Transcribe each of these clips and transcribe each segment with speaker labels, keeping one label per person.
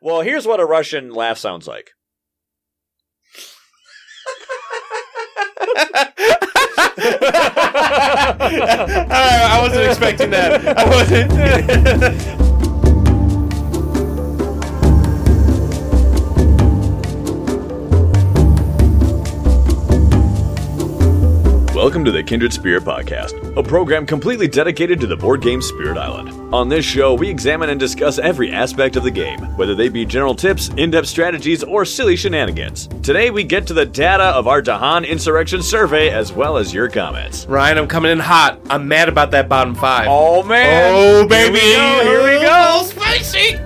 Speaker 1: Well, here's what a Russian laugh sounds like.
Speaker 2: I wasn't expecting that. I wasn't.
Speaker 1: Welcome to the Kindred Spirit Podcast, a program completely dedicated to the board game Spirit Island. On this show, we examine and discuss every aspect of the game, whether they be general tips, in depth strategies, or silly shenanigans. Today, we get to the data of our Dahan Insurrection survey as well as your comments.
Speaker 2: Ryan, I'm coming in hot. I'm mad about that bottom five.
Speaker 1: Oh, man.
Speaker 2: Oh, baby. Oh,
Speaker 1: Here we go. Here we go.
Speaker 2: Spicy.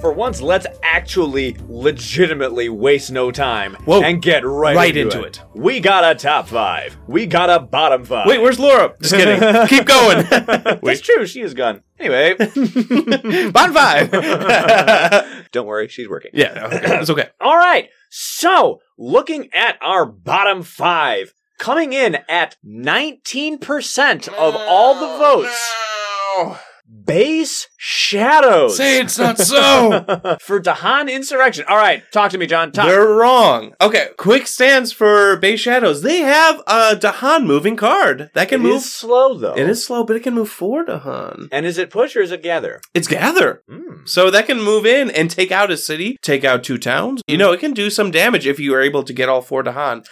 Speaker 1: For once, let's actually legitimately waste no time
Speaker 2: Whoa.
Speaker 1: and get right,
Speaker 2: Right
Speaker 1: into,
Speaker 2: into
Speaker 1: it.
Speaker 2: it.
Speaker 1: We got a top five. We got a bottom five.
Speaker 2: Wait, where's Laura? Just kidding. Keep going.
Speaker 1: That's true. She is gone. Anyway,
Speaker 2: bottom five.
Speaker 1: don't worry. She's working.
Speaker 2: yeah, okay. it's okay.
Speaker 1: All right. So, looking at our bottom five, coming in at 19% of all the votes, base shadows.
Speaker 2: Say it's not so.
Speaker 1: for Dahan Insurrection. All right. Talk to me, John. Talk.
Speaker 2: They're wrong. Okay, quick stands for Bay Shadows. They have a Dahan moving card that
Speaker 1: It
Speaker 2: can move.
Speaker 1: is slow, though.
Speaker 2: It is slow, but it can move four Dahan.
Speaker 1: And is it push or is it gather?
Speaker 2: It's gather.
Speaker 1: Mm.
Speaker 2: So that can move in and take out a city, take out two towns. You know, it can do some damage if you are able to get all four to Han.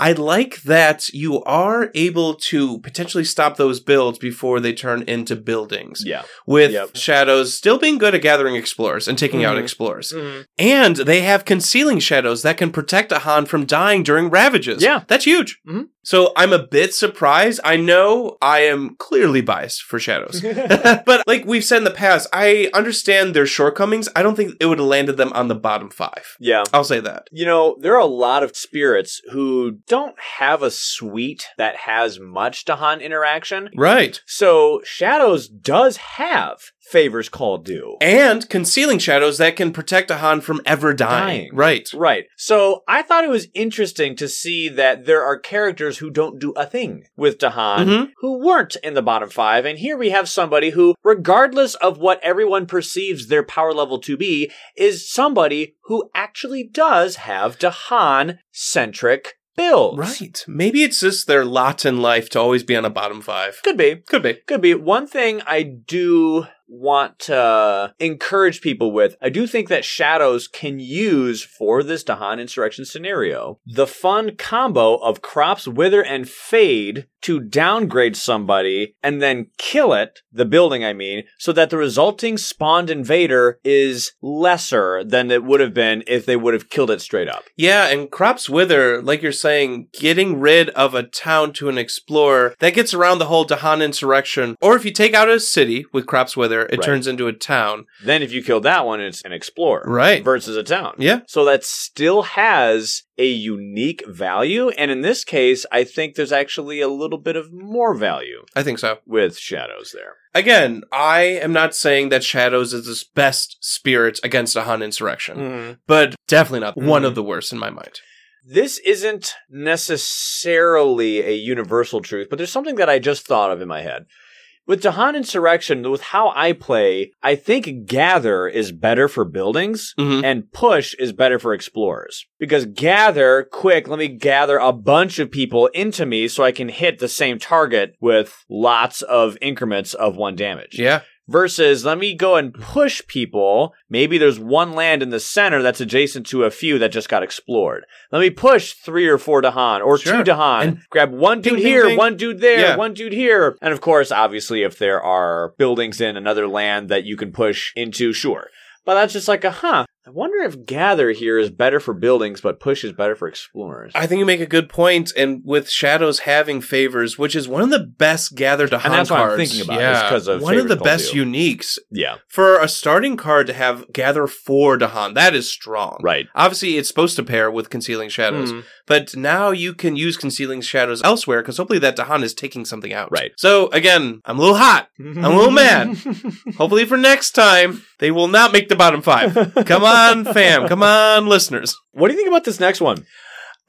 Speaker 2: I like that you are able to potentially stop those builds before they turn into buildings.
Speaker 1: Yeah.
Speaker 2: With
Speaker 1: Yep.
Speaker 2: shadows still being good at gathering explorers and taking out
Speaker 1: Mhm.
Speaker 2: explorers. And they have concealing shadows that can protect a Han from dying during ravages.
Speaker 1: Yeah.
Speaker 2: That's huge.
Speaker 1: Mhm.
Speaker 2: So I'm a bit surprised. I know I am clearly biased for shadows. but like we've said in the past, I understand their shortcomings. I don't think it would have landed them on the bottom five.
Speaker 1: Yeah.
Speaker 2: I'll say that.
Speaker 1: You know, there are a lot of spirits who don't have a suite that has much Dahan interaction.
Speaker 2: Right.
Speaker 1: So Shadows does have favors called due.
Speaker 2: And concealing shadows that can protect a Han from ever dying.
Speaker 1: Dying.
Speaker 2: Right.
Speaker 1: Right. So I thought it was interesting to see that there are characters who don't do a thing with Dahan
Speaker 2: Mhm.
Speaker 1: who weren't in the bottom five. And here we have somebody who, regardless of what everyone perceives their power level to be, is somebody who actually does have Dahan centric builds.
Speaker 2: Right. Maybe it's just their lot in life to always be on a bottom five.
Speaker 1: Could be.
Speaker 2: Could be.
Speaker 1: Could be. One thing I do want to encourage people with, I do think that Shadows can use for this Dahan insurrection scenario the fun combo of crops wither and fade to downgrade somebody and then kill it, the building I mean, so that the resulting spawned invader is lesser than it would have been if they would have killed it straight up.
Speaker 2: Yeah, and crops wither, like you're saying, getting rid of a town to an explorer, that gets around the whole Dahan insurrection. Or if you take out a city with crops wither, it
Speaker 1: Right.
Speaker 2: turns into a town.
Speaker 1: Then if you kill that one, it's an explorer.
Speaker 2: Right.
Speaker 1: Versus a town.
Speaker 2: Yeah.
Speaker 1: So that still has a unique value. And in this case, I think there's actually a little bit of more value
Speaker 2: I think so.
Speaker 1: with shadows there.
Speaker 2: Again, I am not saying that Shadows is the best spirit against a Han insurrection,
Speaker 1: Mm.
Speaker 2: but definitely not one
Speaker 1: Mhm.
Speaker 2: of the worst in my mind.
Speaker 1: This isn't necessarily a universal truth, but there's something that I just thought of in my head. With Dahan Insurrection, with how I play, I think gather is better for buildings.
Speaker 2: Mm-hmm.
Speaker 1: and push is better for explorers because gather quick let me gather a bunch of people into me so i can hit the same target with lots of increments of one damage
Speaker 2: Yeah.
Speaker 1: versus let me go and push people maybe there's one land in the center that's adjacent to a few that just got explored let me push three or four dahan or
Speaker 2: Sure.
Speaker 1: two dahan
Speaker 2: And-
Speaker 1: grab one dude
Speaker 2: Ding, ding,
Speaker 1: here
Speaker 2: ding.
Speaker 1: one dude there
Speaker 2: Yeah.
Speaker 1: one dude here and of course obviously if there are buildings in another land that you can push into sure but that's just like a huh i wonder if gather here is better for buildings but push is better for explorers
Speaker 2: I think you make a good point, and with Shadows having favors, which is one of the best gather Dahan
Speaker 1: And that's what I'm
Speaker 2: cards.
Speaker 1: thinking about, is 'cause of
Speaker 2: one of
Speaker 1: favors
Speaker 2: the
Speaker 1: don't
Speaker 2: best
Speaker 1: do.
Speaker 2: uniques
Speaker 1: yeah
Speaker 2: for a starting card to have gather four Dahan. That is strong.
Speaker 1: right
Speaker 2: Obviously, it's supposed to pair with concealing shadows,
Speaker 1: Mm.
Speaker 2: but now you can use concealing shadows elsewhere because hopefully that Dahan is taking something out.
Speaker 1: Right.
Speaker 2: So again, I'm a little hot. I'm a little mad. Hopefully for next time they will not make the bottom five. Come on, fam. Come on, listeners.
Speaker 1: what do you think about this next one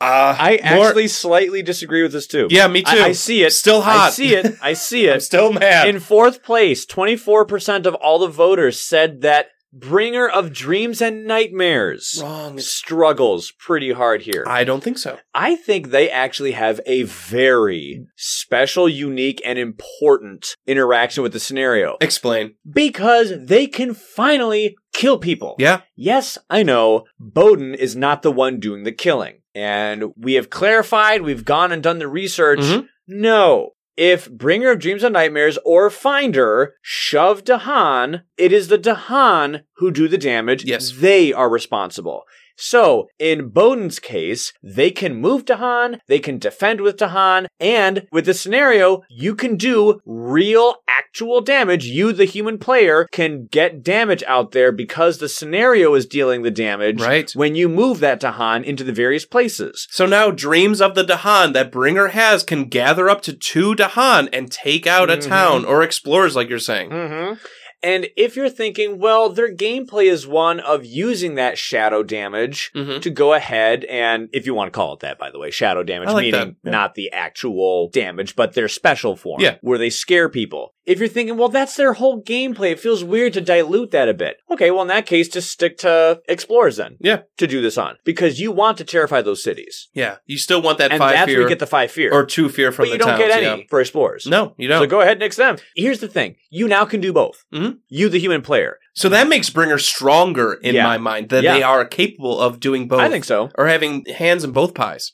Speaker 2: Uh,
Speaker 1: I
Speaker 2: more-
Speaker 1: actually slightly disagree with this too.
Speaker 2: Yeah, me too.
Speaker 1: I, I see it.
Speaker 2: Still
Speaker 1: I
Speaker 2: hot.
Speaker 1: see it. I see
Speaker 2: I'm
Speaker 1: it.
Speaker 2: still mad.
Speaker 1: In fourth place, 24% of all the voters said that bringer of dreams and nightmares
Speaker 2: Wrong.
Speaker 1: struggles pretty hard here.
Speaker 2: I don't think so.
Speaker 1: I think they actually have a very special, unique, and important interaction with the scenario
Speaker 2: Explain.
Speaker 1: because they can finally kill people.
Speaker 2: Yeah.
Speaker 1: Yes, I know Bowden is not the one doing the killing. And we have clarified, we've gone and done the research.
Speaker 2: Mhm.
Speaker 1: No. If Bringer of Dreams and Nightmares or Finder shove Dahan, it is the Dahan who do the damage.
Speaker 2: Yes.
Speaker 1: They are responsible. So, in Bowden's case, they can move Dahan, they can defend with Dahan, and with the scenario, you can do real actual damage. You, the human player, can get damage out there because the scenario is dealing the damage
Speaker 2: Right.
Speaker 1: when you move that Dahan into the various places.
Speaker 2: So now dreams of the Dahan that Bringer has can gather up to two Dahan and take out a
Speaker 1: Mhm.
Speaker 2: town or explorers, like you're saying.
Speaker 1: Mm-hmm. And if you're thinking, well, their gameplay is one of using that shadow damage
Speaker 2: Mhm.
Speaker 1: to go ahead and, if you want to call it that, by the way, shadow damage,
Speaker 2: I like
Speaker 1: meaning
Speaker 2: that, yeah.
Speaker 1: not the actual damage, but their special form,
Speaker 2: Yeah.
Speaker 1: where they scare people. If you're thinking, well, that's their whole gameplay, it feels weird to dilute that a bit. Okay, well, in that case, just stick to explorers then.
Speaker 2: Yeah.
Speaker 1: To do this on, because you want to terrify those cities.
Speaker 2: Yeah. You still want that
Speaker 1: And
Speaker 2: five
Speaker 1: that's where
Speaker 2: fear
Speaker 1: you get the five fear.
Speaker 2: or two fear from
Speaker 1: but
Speaker 2: the
Speaker 1: you don't
Speaker 2: towns.
Speaker 1: get any
Speaker 2: yeah.
Speaker 1: for explorers.
Speaker 2: No, you don't.
Speaker 1: So go ahead and nix them. Here's the thing. You now can do both.
Speaker 2: Mhm.
Speaker 1: You, the human player.
Speaker 2: So that makes Bringer stronger in
Speaker 1: Yeah.
Speaker 2: my mind that
Speaker 1: Yeah.
Speaker 2: they are capable of doing both.
Speaker 1: I think so.
Speaker 2: Or having hands in both pies.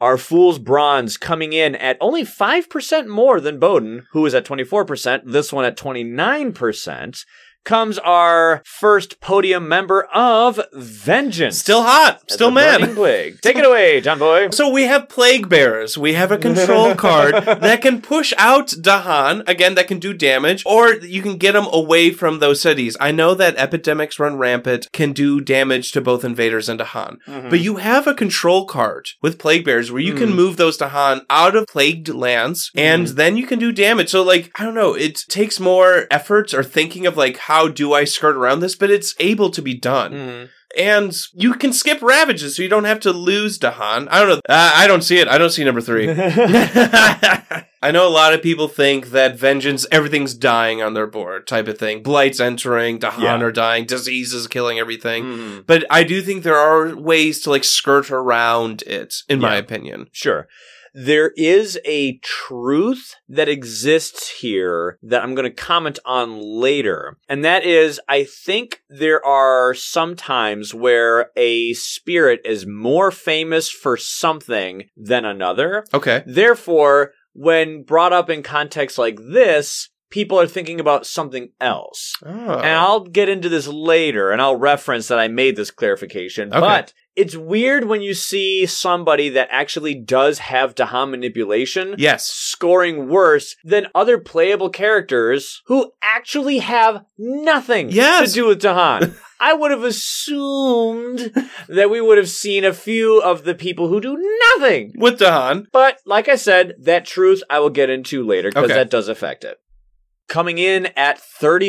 Speaker 1: Our Fool's Bronze coming in at only 5% more than Bowden, who was at 24%, this one at 29%, comes our first podium member of Vengeance.
Speaker 2: Still hot.
Speaker 1: As
Speaker 2: Still
Speaker 1: the
Speaker 2: mad.
Speaker 1: Burning Plague. Take it away, John Boy.
Speaker 2: So we have plague bearers. We have a control card that can push out Dahan again. That can do damage, or you can get them away from those cities. I know that epidemics run rampant can do damage to both invaders and Dahan, but you have a control card with plague bearers where you
Speaker 1: Mm-hmm.
Speaker 2: can
Speaker 1: Mm. Mm-hmm.
Speaker 2: move those Dahan out of plagued lands, and then you can do damage. So like I don't know, it takes more efforts or thinking of like how do I skirt around this, but it's able to be done.
Speaker 1: Mhm.
Speaker 2: And you can skip Ravages, so you don't have to lose Dahan. I don't know. Uh, I don't see it. I don't see number three.
Speaker 1: Mm-hmm.
Speaker 2: I know a lot of people think that vengeance, everything's dying on their board type of thing. Blights entering, Dahan
Speaker 1: Yeah.
Speaker 2: are dying, diseases killing everything.
Speaker 1: Mhm.
Speaker 2: But I do think there are ways to like skirt around it, in my
Speaker 1: Yeah.
Speaker 2: opinion.
Speaker 1: Sure. There is a truth that exists here that I'm going to comment on later. And that is, I think there are some times where a spirit is more famous for something than another.
Speaker 2: Okay.
Speaker 1: Therefore, when brought up in context like this, people are thinking about something else.
Speaker 2: Oh.
Speaker 1: And I'll get into this later and I'll reference that I made this clarification.
Speaker 2: Okay.
Speaker 1: But it's weird when you see somebody that actually does have Dahan manipulation
Speaker 2: yes.
Speaker 1: scoring worse than other playable characters who actually have nothing
Speaker 2: Yes.
Speaker 1: to do with Dahan. I would have assumed that we would have seen a few of the people who do nothing.
Speaker 2: With Dahan.
Speaker 1: But like I said, that truth I will get into later because
Speaker 2: Okay.
Speaker 1: that does affect it. Coming in at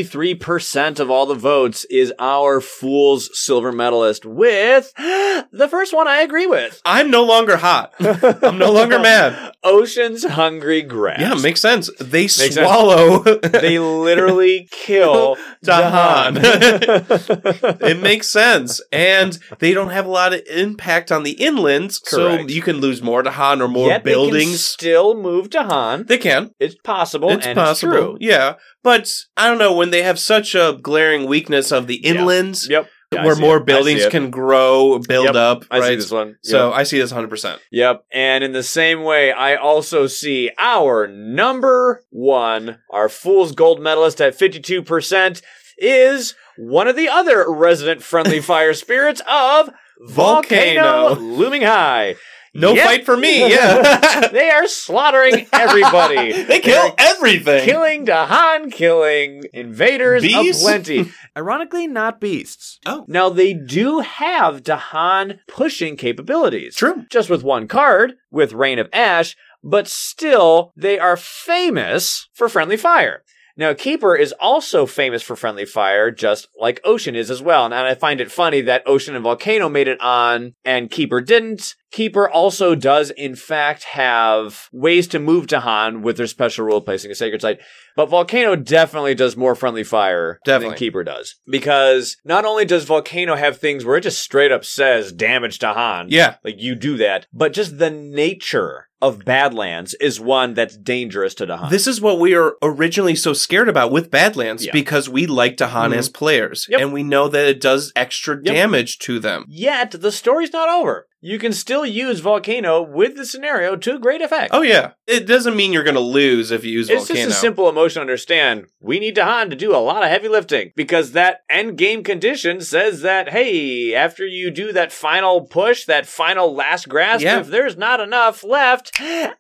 Speaker 1: 33% of all the votes is our Fool's Silver Medalist with the first one I agree with.
Speaker 2: I'm no longer hot. I'm no longer mad.
Speaker 1: Ocean's Hungry Grass.
Speaker 2: Yeah, makes sense. They
Speaker 1: sense.
Speaker 2: swallow.
Speaker 1: they literally kill
Speaker 2: Dahan.
Speaker 1: Dahan.
Speaker 2: it makes sense. And they don't have a lot of impact on the inlands,
Speaker 1: Correct.
Speaker 2: so you can lose more to Han or more
Speaker 1: Yet They can
Speaker 2: buildings.
Speaker 1: still move Dahan.
Speaker 2: They can.
Speaker 1: It's possible.
Speaker 2: It's
Speaker 1: Oh, and
Speaker 2: possible.
Speaker 1: It's true.
Speaker 2: Yeah. But I don't know, when they have such a glaring weakness of the inlands
Speaker 1: Yep. Yeah, I
Speaker 2: where
Speaker 1: see
Speaker 2: more
Speaker 1: it. I
Speaker 2: buildings
Speaker 1: see it.
Speaker 2: can grow, build
Speaker 1: Yep.
Speaker 2: up,
Speaker 1: I
Speaker 2: right?
Speaker 1: see this one.
Speaker 2: So I see this 100%.
Speaker 1: Yep. And in the same way, I also see our number one, our Fool's Gold medalist at 52%, is one of the other resident friendly fire spirits of Volcano,
Speaker 2: Volcano.
Speaker 1: Looming High.
Speaker 2: No
Speaker 1: Yep.
Speaker 2: fight for me. Yeah.
Speaker 1: They are slaughtering everybody.
Speaker 2: they kill
Speaker 1: They're
Speaker 2: everything.
Speaker 1: Killing Dahan, killing invaders
Speaker 2: Beasts?
Speaker 1: aplenty. Ironically, not beasts.
Speaker 2: Oh.
Speaker 1: Now, they do have Dahan pushing capabilities
Speaker 2: True.
Speaker 1: just with one card with Rain of Ash, but still they are famous for friendly fire. Now, Keeper is also famous for friendly fire, just like Ocean is as well. And I find it funny that Ocean and Volcano made it on and Keeper didn't. Keeper also does, in fact, have ways to move to Han with their special rule placing a sacred site. But Volcano definitely does more friendly fire
Speaker 2: Definitely.
Speaker 1: than Keeper does. Because not only does Volcano have things where it just straight up says damage to Han,
Speaker 2: Yeah.
Speaker 1: like you do that, but just the nature of Badlands is one that's dangerous to the Hun.
Speaker 2: This is what we are originally so scared about with Badlands
Speaker 1: Yeah.
Speaker 2: because we like Dahan
Speaker 1: Mhm.
Speaker 2: as players
Speaker 1: Yep.
Speaker 2: and we know that it does extra
Speaker 1: Yep.
Speaker 2: damage to them.
Speaker 1: Yet the story's not over. You can still use Volcano with the scenario to great effect.
Speaker 2: Oh yeah, it doesn't mean you're going to lose if you use
Speaker 1: it's
Speaker 2: Volcano.
Speaker 1: just a simple emotion to understand. We need Dahan to do a lot of heavy lifting because that end game condition says that hey, after you do that final push, that final last grasp,
Speaker 2: Yeah.
Speaker 1: if there's not enough left,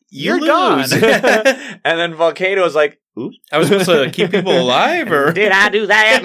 Speaker 1: you're
Speaker 2: lose.
Speaker 1: gone. and then Volcano's like, oops,
Speaker 2: I was supposed to keep people alive, or
Speaker 1: did I do that?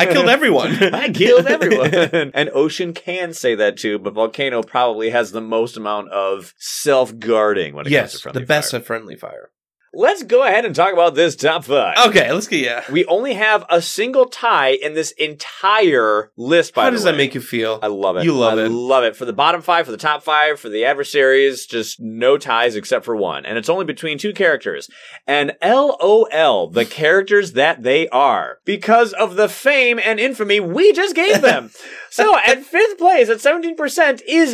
Speaker 2: I killed everyone.
Speaker 1: I killed everyone. and Ocean can say that too, but Volcano probably has the most amount of self guarding when it comes to
Speaker 2: yes,
Speaker 1: friendly
Speaker 2: the best
Speaker 1: fire.
Speaker 2: at friendly fire.
Speaker 1: Let's go ahead and talk about this top five.
Speaker 2: Okay, let's get yeah.
Speaker 1: We only have a single tie in this entire list. By
Speaker 2: How
Speaker 1: the
Speaker 2: does
Speaker 1: way.
Speaker 2: that make you feel?
Speaker 1: I love it.
Speaker 2: You love
Speaker 1: I
Speaker 2: it.
Speaker 1: love it. For the bottom five, for the top five, for the adversaries, just no ties except for one. And it's only between two characters. And LOL, the characters that they are, because of the fame and infamy we just gave them. so at fifth place at 17% is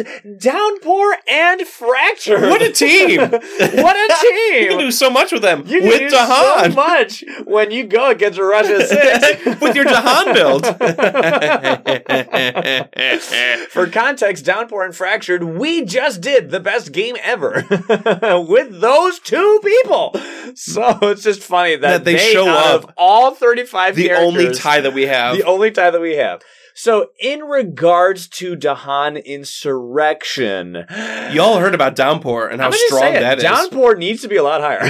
Speaker 1: Downpour and Fracture.
Speaker 2: What a team!
Speaker 1: what a
Speaker 2: You can
Speaker 1: team!
Speaker 2: do so much with them.
Speaker 1: You can
Speaker 2: with
Speaker 1: do so
Speaker 2: Dahan.
Speaker 1: much when you go against Russia 6.
Speaker 2: with your Dahan build.
Speaker 1: For context, Downpour and Fractured, we just did the best game ever with those two people. So it's just funny that,
Speaker 2: That they show
Speaker 1: out
Speaker 2: up.
Speaker 1: of all 35
Speaker 2: the
Speaker 1: characters,
Speaker 2: only tie that we have.
Speaker 1: the only tie that we have. So in regards to Dahan Insurrection,
Speaker 2: Y'all heard about Downpour and how
Speaker 1: I'm gonna
Speaker 2: strong
Speaker 1: say it,
Speaker 2: that is.
Speaker 1: Downpour needs to be a lot higher.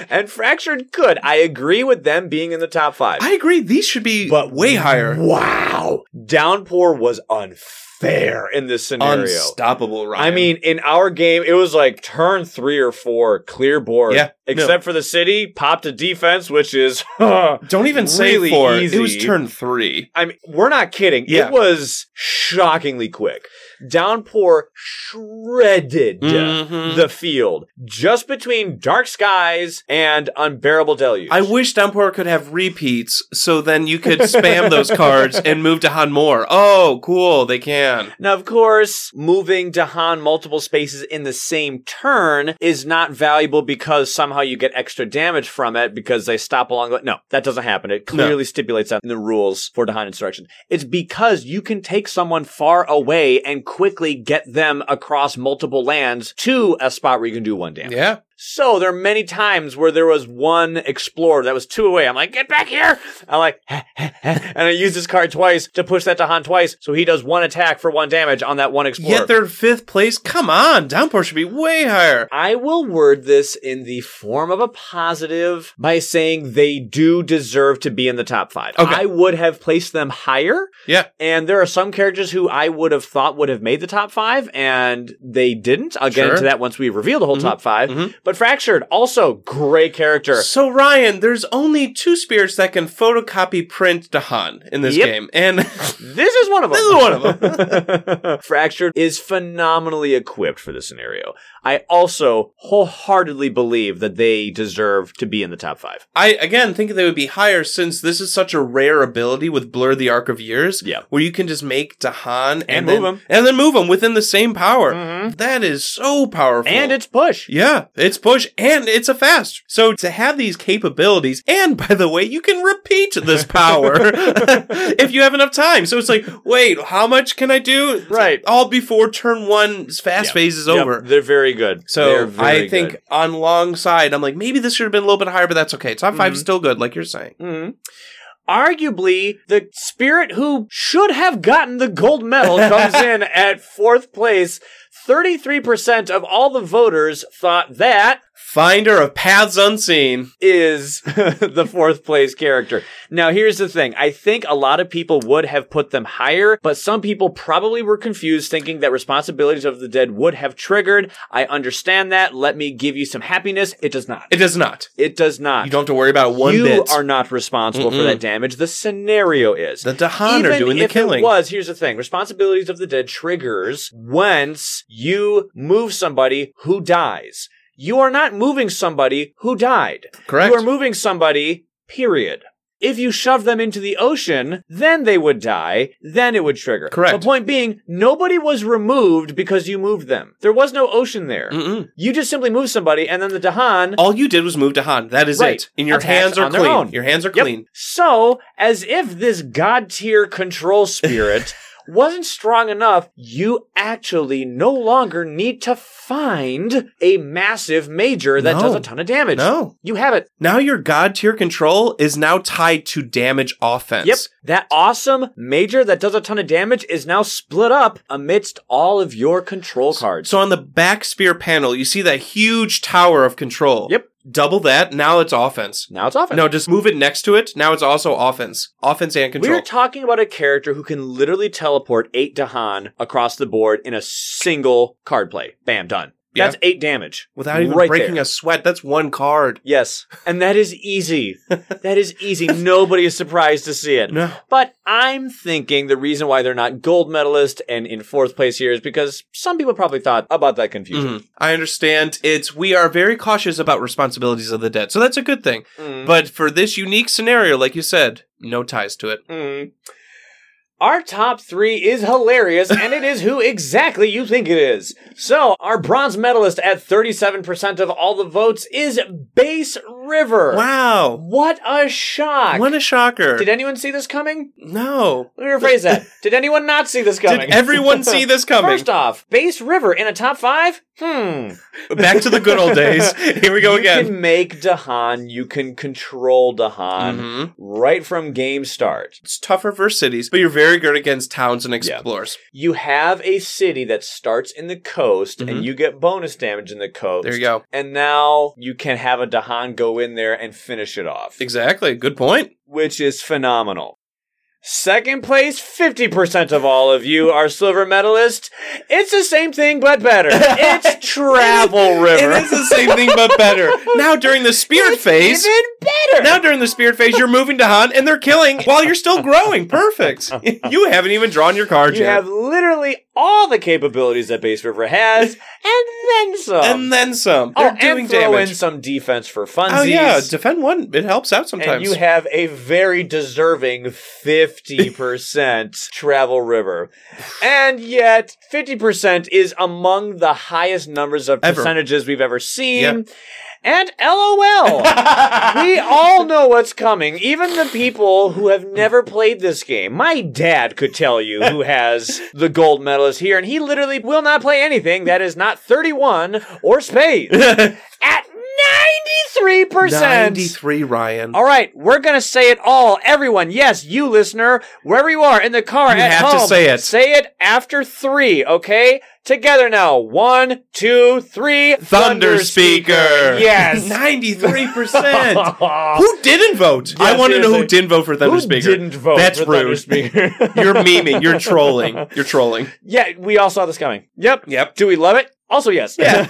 Speaker 1: and Fractured could. I agree with them being in the top five.
Speaker 2: I agree. These should be
Speaker 1: But
Speaker 2: way higher.
Speaker 1: Wow. Downpour was unfair in this scenario.
Speaker 2: Unstoppable, Ryan.
Speaker 1: I mean, in our game, it was like turn three or four, clear board.
Speaker 2: Yeah, no.
Speaker 1: Except for the city, popped a defense, which is.
Speaker 2: don't even say
Speaker 1: really
Speaker 2: four.
Speaker 1: easy.
Speaker 2: It was turn three.
Speaker 1: I mean, we're not kidding.
Speaker 2: Yeah.
Speaker 1: It was shockingly quick. Downpour shredded
Speaker 2: Mhm.
Speaker 1: the field just between dark skies and unbearable deluge.
Speaker 2: I wish Downpour could have repeats, so then you could spam those cards and move to Han more. Oh, cool! They can.
Speaker 1: Now, of course, moving to Han multiple spaces in the same turn is not valuable because somehow you get extra damage from it because they stop along. The- no, that doesn't happen. It clearly stipulates that in the rules for Dahan Insurrection. It's because you can take someone far away and quickly get them across multiple lands to a spot where you can do one damage.
Speaker 2: Yeah.
Speaker 1: So there are many times where there was one explorer that was two away. I'm like, get back here! I'm like, and I used his card twice to push that to Han twice, so he does one attack for one damage on that one explorer.
Speaker 2: Yet they're fifth place. Come on, Downpour should be way higher.
Speaker 1: I will word this in the form of a positive by saying they do deserve to be in the top five.
Speaker 2: Okay.
Speaker 1: I would have placed them higher.
Speaker 2: Yeah.
Speaker 1: And there are some characters who I would have thought would have made the top five, and they didn't. I'll get
Speaker 2: Sure.
Speaker 1: into that once we reveal the whole top 5
Speaker 2: mhm.
Speaker 1: But Fractured, also great character.
Speaker 2: So Ryan, there's only two spirits that can photocopy print Dahan in this
Speaker 1: Yep.
Speaker 2: game, and
Speaker 1: This is one of them.
Speaker 2: This is one of
Speaker 1: them. Fractured is phenomenally equipped for this scenario. I also wholeheartedly believe that they deserve to be in the top five.
Speaker 2: I again think they would be higher since this is such a rare ability with Blur the Arc of Years.
Speaker 1: Yeah.
Speaker 2: Where you can just make Dahan and,
Speaker 1: And
Speaker 2: then,
Speaker 1: move him.
Speaker 2: And then move him within the same power.
Speaker 1: Mhm.
Speaker 2: That is so powerful.
Speaker 1: And it's push.
Speaker 2: Yeah, it's push and it's a fast. So to have these capabilities, and by the way, you can repeat this power if you have enough time. So it's like, wait, how much can I do? It's
Speaker 1: Right.
Speaker 2: All before turn one's fast
Speaker 1: Yep.
Speaker 2: phase is
Speaker 1: Yep,
Speaker 2: over.
Speaker 1: they're very good. They're
Speaker 2: So
Speaker 1: very
Speaker 2: I think
Speaker 1: good.
Speaker 2: on long side, I'm like, maybe this should have been a little bit higher, but that's okay. Top
Speaker 1: Mm-hmm.
Speaker 2: five's still good, like you're saying.
Speaker 1: Mhm. Arguably, the spirit who should have gotten the gold medal comes in at fourth place. 33% of all the voters thought that
Speaker 2: Finder of Paths Unseen.
Speaker 1: is the fourth place character. Now, here's the thing. I think a lot of people would have put them higher, but some people probably were confused thinking that Responsibilities of the Dead would have triggered. I understand that. Let me give you some happiness. It does not.
Speaker 2: It does not.
Speaker 1: It does not.
Speaker 2: You don't have to worry about it one
Speaker 1: You
Speaker 2: bit.
Speaker 1: are not responsible for
Speaker 2: Mm-mm.
Speaker 1: that damage. The scenario is.
Speaker 2: the Dahan
Speaker 1: Even
Speaker 2: are doing the
Speaker 1: if
Speaker 2: killing.
Speaker 1: It was here's the thing: responsibilities of the dead triggers once you move somebody who dies. You are not moving somebody who died.
Speaker 2: Correct.
Speaker 1: You are moving somebody, period. If you shove them into the ocean, then they would die, then it would trigger.
Speaker 2: Correct.
Speaker 1: The point being, nobody was removed because you moved them. There was no ocean there.
Speaker 2: Mm-mm.
Speaker 1: You just simply moved somebody, and then the Dahan
Speaker 2: All you did was move Dahan. That is
Speaker 1: Right.
Speaker 2: it. And your
Speaker 1: Attacks
Speaker 2: hands are
Speaker 1: on their
Speaker 2: clean.
Speaker 1: own.
Speaker 2: Your hands are
Speaker 1: Yep.
Speaker 2: clean.
Speaker 1: So, as if this god tier control spirit wasn't strong enough, you actually no longer need to find a massive major that
Speaker 2: No.
Speaker 1: does a ton of damage.
Speaker 2: No.
Speaker 1: You have it.
Speaker 2: Now your god tier control is now tied to damage offense.
Speaker 1: Yep. That awesome major that does a ton of damage is now split up amidst all of your control cards.
Speaker 2: So on the back spear panel, you see that huge tower of control.
Speaker 1: Yep.
Speaker 2: Double that. Now it's offense.
Speaker 1: now it's offense.
Speaker 2: No, just move it next to it. Now it's also offense. Offense and control.
Speaker 1: We're talking about a character who can literally teleport eight Dahan across the board in a single card play. Bam, done.
Speaker 2: Yeah.
Speaker 1: That's eight damage.
Speaker 2: Without even
Speaker 1: Right
Speaker 2: breaking
Speaker 1: there.
Speaker 2: a sweat. That's one card.
Speaker 1: Yes. And that is easy. that is easy. Nobody is surprised to see it.
Speaker 2: No.
Speaker 1: But I'm thinking the reason why they're not gold medalist and in fourth place here is because some people probably thought about that confusion.
Speaker 2: Mhm. I understand. It's we are very cautious about responsibilities of the dead. So that's a good thing.
Speaker 1: Mm,
Speaker 2: But for this unique scenario, like you said, no ties to it.
Speaker 1: mm. Our top three is hilarious, and it is who exactly you think it is. So, our bronze medalist at 37% of all the votes is Base River.
Speaker 2: Wow.
Speaker 1: What a shock.
Speaker 2: What a shocker.
Speaker 1: Did anyone see this coming?
Speaker 2: no.
Speaker 1: Let me rephrase that. Did anyone not see this coming?
Speaker 2: Did everyone see this coming?
Speaker 1: First off, Base River in a top five? Hmm.
Speaker 2: Back to the good old days. Here we go
Speaker 1: you
Speaker 2: again.
Speaker 1: can make Dahan, you can control Dahan
Speaker 2: Mhm.
Speaker 1: right from game start.
Speaker 2: It's tougher versus cities, but you're very good against towns and explorers.
Speaker 1: You have a city that starts in the coast
Speaker 2: Mhm.
Speaker 1: and you get bonus damage in the coast.
Speaker 2: There you go.
Speaker 1: And now you can have a Dahan go in there and finish it off,
Speaker 2: Exactly. Good point.
Speaker 1: which is phenomenal. Second place, 50% of all of you are silver medalists. It's the same thing, but better. It's Travel River.
Speaker 2: It is the same thing, but better. Now during the spirit
Speaker 1: It's
Speaker 2: phase.
Speaker 1: Even better.
Speaker 2: Now during the spirit phase, you're moving to hunt and they're killing while you're still growing. Perfect. You haven't even drawn your card
Speaker 1: you
Speaker 2: yet.
Speaker 1: have um, literally all the capabilities that Base River has, and then some.
Speaker 2: and then some.
Speaker 1: oh,
Speaker 2: They're
Speaker 1: and
Speaker 2: doing
Speaker 1: throw
Speaker 2: damage.
Speaker 1: in some defense for funsies.
Speaker 2: Oh yeah, defend one. It helps out sometimes.
Speaker 1: and you have a very deserving 50% Travel River. And yet, 50% is among the highest numbers of
Speaker 2: Ever.
Speaker 1: percentages we've ever seen. And LOL. we all know what's coming. Even the people who have never played this game. My dad could tell you who has the gold medalist here, and he literally will not play anything that is not 31 or spades. At 93%.
Speaker 2: Ninety-three, Ryan.
Speaker 1: All right, we're gonna say it all, everyone. Yes, you listener, wherever you are in the car,
Speaker 2: You
Speaker 1: at
Speaker 2: have to
Speaker 1: home,
Speaker 2: say it.
Speaker 1: Say it after three, okay? Together now, one, two, three.
Speaker 2: Thunder speaker.
Speaker 1: Yes.
Speaker 2: ninety-three percent. Who didn't vote?
Speaker 1: Yeah,
Speaker 2: I want to know who
Speaker 1: seriously.
Speaker 2: didn't vote for Thunder
Speaker 1: Who
Speaker 2: Speaker.
Speaker 1: didn't vote?
Speaker 2: That's
Speaker 1: for
Speaker 2: rude.
Speaker 1: Thunderspeaker?
Speaker 2: You're memeing. You're trolling. You're trolling.
Speaker 1: yeah, we all saw this coming. Yep.
Speaker 2: Yep.
Speaker 1: Do we love it? Also, yes.
Speaker 2: Yeah.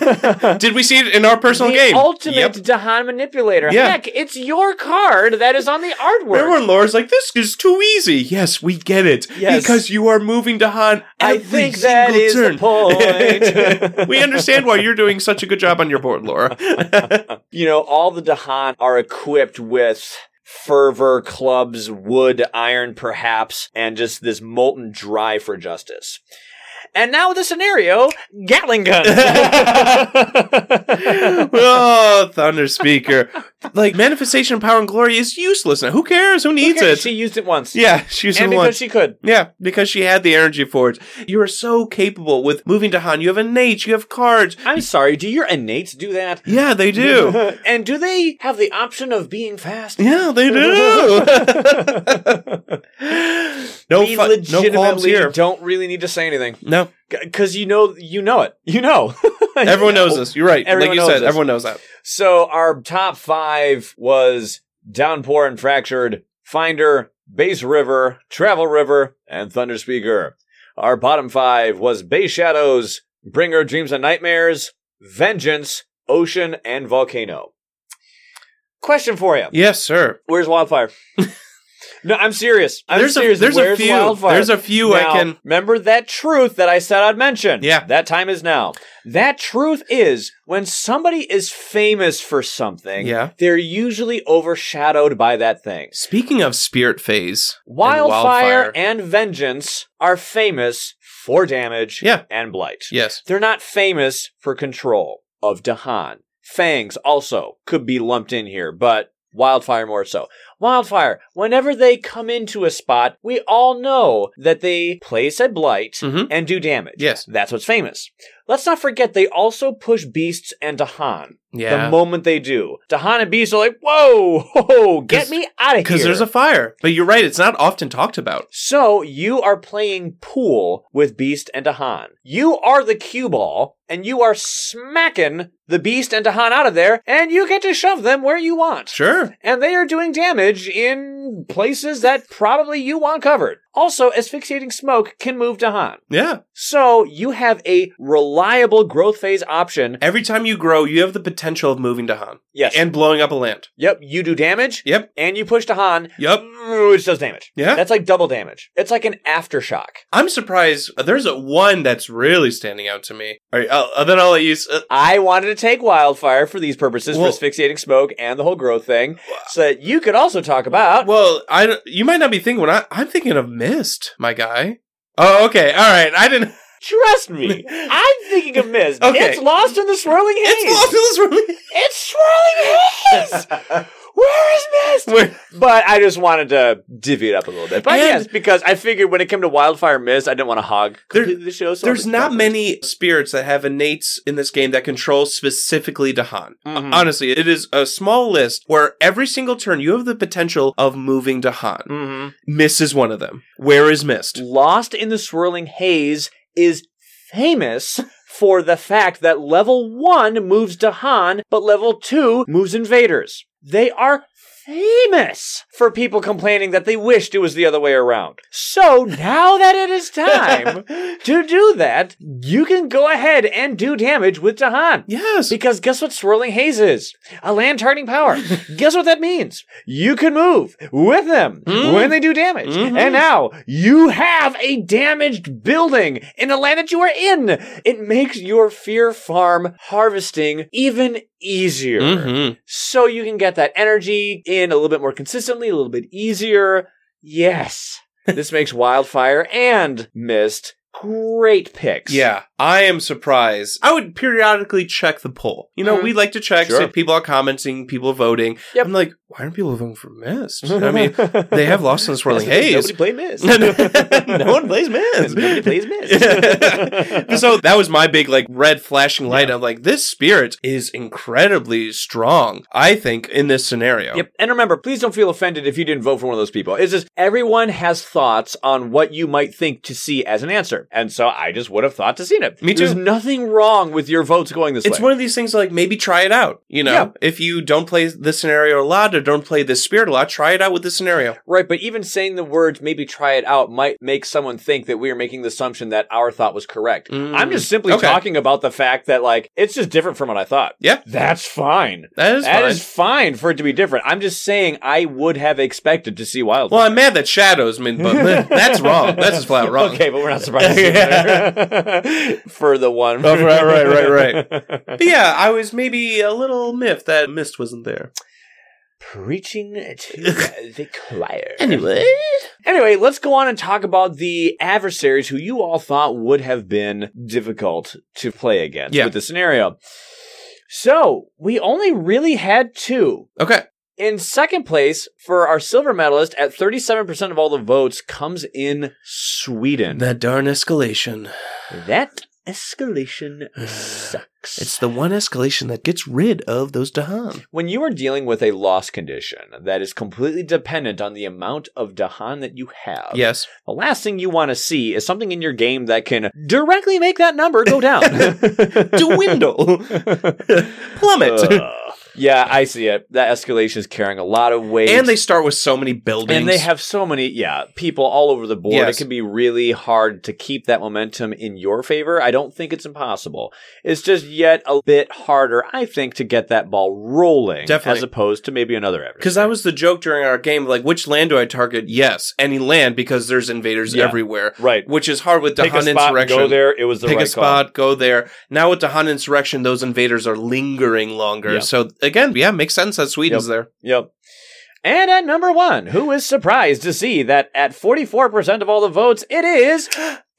Speaker 2: Did we see it in our personal
Speaker 1: the
Speaker 2: game?
Speaker 1: ultimate
Speaker 2: Yep.
Speaker 1: Dahan manipulator.
Speaker 2: Yeah.
Speaker 1: Heck, it's your card that is on the artwork.
Speaker 2: Remember when Laura's like, "This is too easy." Yes, we get it.
Speaker 1: Yes.
Speaker 2: Because you are moving to Han.
Speaker 1: I
Speaker 2: every
Speaker 1: think that
Speaker 2: single
Speaker 1: is
Speaker 2: turn.
Speaker 1: the point.
Speaker 2: we understand why you're doing such a good job on your board, Laura.
Speaker 1: you know, all the Dahan are equipped with fervor, clubs, wood, iron, perhaps, and just this molten drive for justice. And now the scenario, Gatling guns.
Speaker 2: oh, Thunder Speaker. Like, manifestation of power and glory is useless now. Who cares? Who needs
Speaker 1: Okay,
Speaker 2: it?
Speaker 1: She used it once.
Speaker 2: yeah, she's
Speaker 1: and
Speaker 2: the
Speaker 1: because
Speaker 2: one.
Speaker 1: she could.
Speaker 2: Yeah, because she had the energy for it. You are so capable with moving to Han. You have innate, you have cards.
Speaker 1: I'm sorry, do your innates do that?
Speaker 2: Yeah, they do.
Speaker 1: and do they have the option of being fast?
Speaker 2: yeah, they do. no,
Speaker 1: we
Speaker 2: fu- no qualms
Speaker 1: legitimately
Speaker 2: here.
Speaker 1: don't really need to say anything
Speaker 2: No.
Speaker 1: because you know you know it. You know.
Speaker 2: Everyone knows this. You're right.
Speaker 1: Everyone
Speaker 2: like you
Speaker 1: knows
Speaker 2: said,
Speaker 1: this.
Speaker 2: everyone knows that.
Speaker 1: So our top five was Downpour and Fractured, Finder, Base River, Travel River, and Thunder Speaker. Our bottom five was Base Shadows, Bringer Dreams and Nightmares, Vengeance, Ocean, and Volcano. Question for you.
Speaker 2: Yes, sir.
Speaker 1: Where's Wildfire? no, I'm serious. I'm
Speaker 2: there's
Speaker 1: serious.
Speaker 2: a there's
Speaker 1: Where's
Speaker 2: a few
Speaker 1: Wildfire?
Speaker 2: there's a few
Speaker 1: Now,
Speaker 2: I can.
Speaker 1: remember that truth that I said I'd mention.
Speaker 2: Yeah.
Speaker 1: that time is now. That truth is when somebody is famous for something,
Speaker 2: Yeah.
Speaker 1: they're usually overshadowed by that thing.
Speaker 2: Speaking of spirit phase, and
Speaker 1: Wildfire and, Vengeance are famous for damage
Speaker 2: Yeah.
Speaker 1: and blight.
Speaker 2: yes,
Speaker 1: They're not famous for control of Dahan. Fangs also could be lumped in here, but Wildfire more so. Wildfire, whenever they come into a spot, we all know that they place a blight
Speaker 2: Mhm.
Speaker 1: and do damage.
Speaker 2: Yes.
Speaker 1: That's what's famous. Let's not forget they also push beasts and Dahan
Speaker 2: yeah.
Speaker 1: the moment they do. Dahan and beasts are like, whoa, ho, ho, get
Speaker 2: 'Cause-
Speaker 1: me out of here.
Speaker 2: Because there's a fire, but you're right. It's not often talked about.
Speaker 1: So you are playing pool with Beast and Dahan. You are the cue ball, and you are smacking the Beast and Dahan out of there, and you get to shove them where you want.
Speaker 2: Sure.
Speaker 1: And they are doing damage in places that probably you want covered. Also, asphyxiating smoke can move Dahan.
Speaker 2: Yeah.
Speaker 1: So you have a reliable growth phase option.
Speaker 2: Every time you grow, you have the potential of moving to Han
Speaker 1: Yes. And
Speaker 2: and blowing up a land.
Speaker 1: yep, you do damage,
Speaker 2: Yep.
Speaker 1: and you push Dahan,
Speaker 2: Yep.
Speaker 1: which does damage.
Speaker 2: Yeah.
Speaker 1: That's like double damage. It's like an aftershock.
Speaker 2: I'm surprised. There's a one that's really standing out to me. All right. I'll, then I'll let you. s- uh,
Speaker 1: I wanted to take wildfire for these purposes
Speaker 2: Well-
Speaker 1: for asphyxiating smoke and the whole growth thing, so that you could also talk about.
Speaker 2: well, I don't- you might not be thinking. What I, I'm thinking of mist, my guy. Oh, okay. All right. I didn't.
Speaker 1: Trust me, I'm thinking of Miz.
Speaker 2: Okay.
Speaker 1: It's lost in the swirling haze.
Speaker 2: It's Los Angeles.
Speaker 1: It's swirling haze. Where is Mist?
Speaker 2: Wait,
Speaker 1: But I just wanted to divvy it up a little bit. But
Speaker 2: And-
Speaker 1: yes, because I figured when it came to Wildfire Mist, I didn't want to hog
Speaker 2: There-
Speaker 1: completely the show. So
Speaker 2: There's
Speaker 1: I'll
Speaker 2: not
Speaker 1: just-
Speaker 2: many spirits that have innates in this game that control specifically Dahan.
Speaker 1: Mhm.
Speaker 2: Honestly, it is a small list where every single turn you have the potential of moving Dahan.
Speaker 1: Mhm.
Speaker 2: Miss is one of them. Where is Mist?
Speaker 1: Lost in the Swirling Haze is famous for the fact that level 1 moves Dahan, but level 2 moves invaders. They are famous for people complaining that they wished it was the other way around. So now that it is time to do that, you can go ahead and do damage with Dahan.
Speaker 2: Yes.
Speaker 1: Because guess what swirling haze is? A land targeting power. guess what that means? You can move with them
Speaker 2: Mm.
Speaker 1: when they do damage.
Speaker 2: Mhm.
Speaker 1: And now you have a damaged building in the land that you are in. It makes your fear farm harvesting even easier.
Speaker 2: Mhm.
Speaker 1: So you can get that energy in a little bit more consistently, a little bit easier. Yes. this makes wildfire and mist great picks.
Speaker 2: Yeah, I am surprised. I would periodically check the poll. You know,
Speaker 1: Mhm.
Speaker 2: we like to check
Speaker 1: Sure.
Speaker 2: see if people are commenting, people voting.
Speaker 1: Yep.
Speaker 2: I'm like, why aren't people voting for Mist? I mean, they have Lost in the Swirling
Speaker 1: That's the thing,
Speaker 2: Haze.
Speaker 1: Nobody play Miz.
Speaker 2: no one plays Miz.
Speaker 1: Nobody plays
Speaker 2: Miz.
Speaker 1: Miz.
Speaker 2: so that was my big like red flashing light. I'm like, this spirit is incredibly strong. I think in this scenario.
Speaker 1: Yep. And remember, please don't feel offended if you didn't vote for one of those people. It's just everyone has thoughts on what you might think to see as an answer. And so I just would have thought to seen it.
Speaker 2: Me
Speaker 1: There's
Speaker 2: too.
Speaker 1: nothing wrong with your votes going this
Speaker 2: It's
Speaker 1: way.
Speaker 2: one of these things like maybe try it out. You know,
Speaker 1: Yeah.
Speaker 2: if you don't play this scenario a lot or don't play this spirit a lot, try it out with this scenario.
Speaker 1: right, but even saying the words maybe try it out might make someone think that we are making the assumption that our thought was correct.
Speaker 2: Mm.
Speaker 1: I'm just simply
Speaker 2: Okay.
Speaker 1: talking about the fact that like it's just different from what I thought.
Speaker 2: Yeah.
Speaker 1: That's fine.
Speaker 2: That is
Speaker 1: That
Speaker 2: fine.
Speaker 1: is fine for it to be different. I'm just saying I would have expected to see Wild.
Speaker 2: well, I'm mad that shadows, I mean, but but that's wrong. That's just flat wrong.
Speaker 1: Okay, but we're not surprised either. for the one.
Speaker 2: Oh, right, right, right,
Speaker 1: right.
Speaker 2: But yeah, I was maybe a little miffed that Mist wasn't there.
Speaker 1: Preaching to the choir.
Speaker 2: Anyway,
Speaker 1: Anyway, let's go on and talk about the adversaries who you all thought would have been difficult to play against
Speaker 2: Yeah.
Speaker 1: with the scenario. So we only really had two.
Speaker 2: okay,
Speaker 1: In second place for our silver medalist at 37% of all the votes comes in Sweden.
Speaker 2: that darn escalation.
Speaker 1: That escalation sucks.
Speaker 2: It's the one escalation that gets rid of those Dahan.
Speaker 1: when you are dealing with a loss condition that is completely dependent on the amount of Dahan that you have,
Speaker 2: Yes.
Speaker 1: the last thing you want to see is something in your game that can directly make that number go down.
Speaker 2: Dwindle. Plummet.
Speaker 1: Ugh. yeah, I see it. That escalation is carrying a lot of weight.
Speaker 2: and they start with so many buildings.
Speaker 1: And they have so many, yeah, people all over the board.
Speaker 2: Yes.
Speaker 1: It can be really hard to keep that momentum in your favor. I don't think it's impossible. It's just yet a bit harder, I think, to get that ball rolling
Speaker 2: Definitely.
Speaker 1: as opposed to maybe another average.
Speaker 2: Because that was the joke during our game, like which land do I target? Yes, any land because there's invaders
Speaker 1: Yeah.
Speaker 2: everywhere,
Speaker 1: right.
Speaker 2: which is hard with the
Speaker 1: Pick a
Speaker 2: Hun
Speaker 1: spot,
Speaker 2: insurrection.
Speaker 1: go there. It was the
Speaker 2: Pick
Speaker 1: right
Speaker 2: a spot, go there. Now with the Hun insurrection, those invaders are lingering longer.
Speaker 1: Yeah.
Speaker 2: So again, yeah, makes sense that Sweden's there.
Speaker 1: Call. Yep. And at number one, who is surprised to see that at 44% of all the votes, it is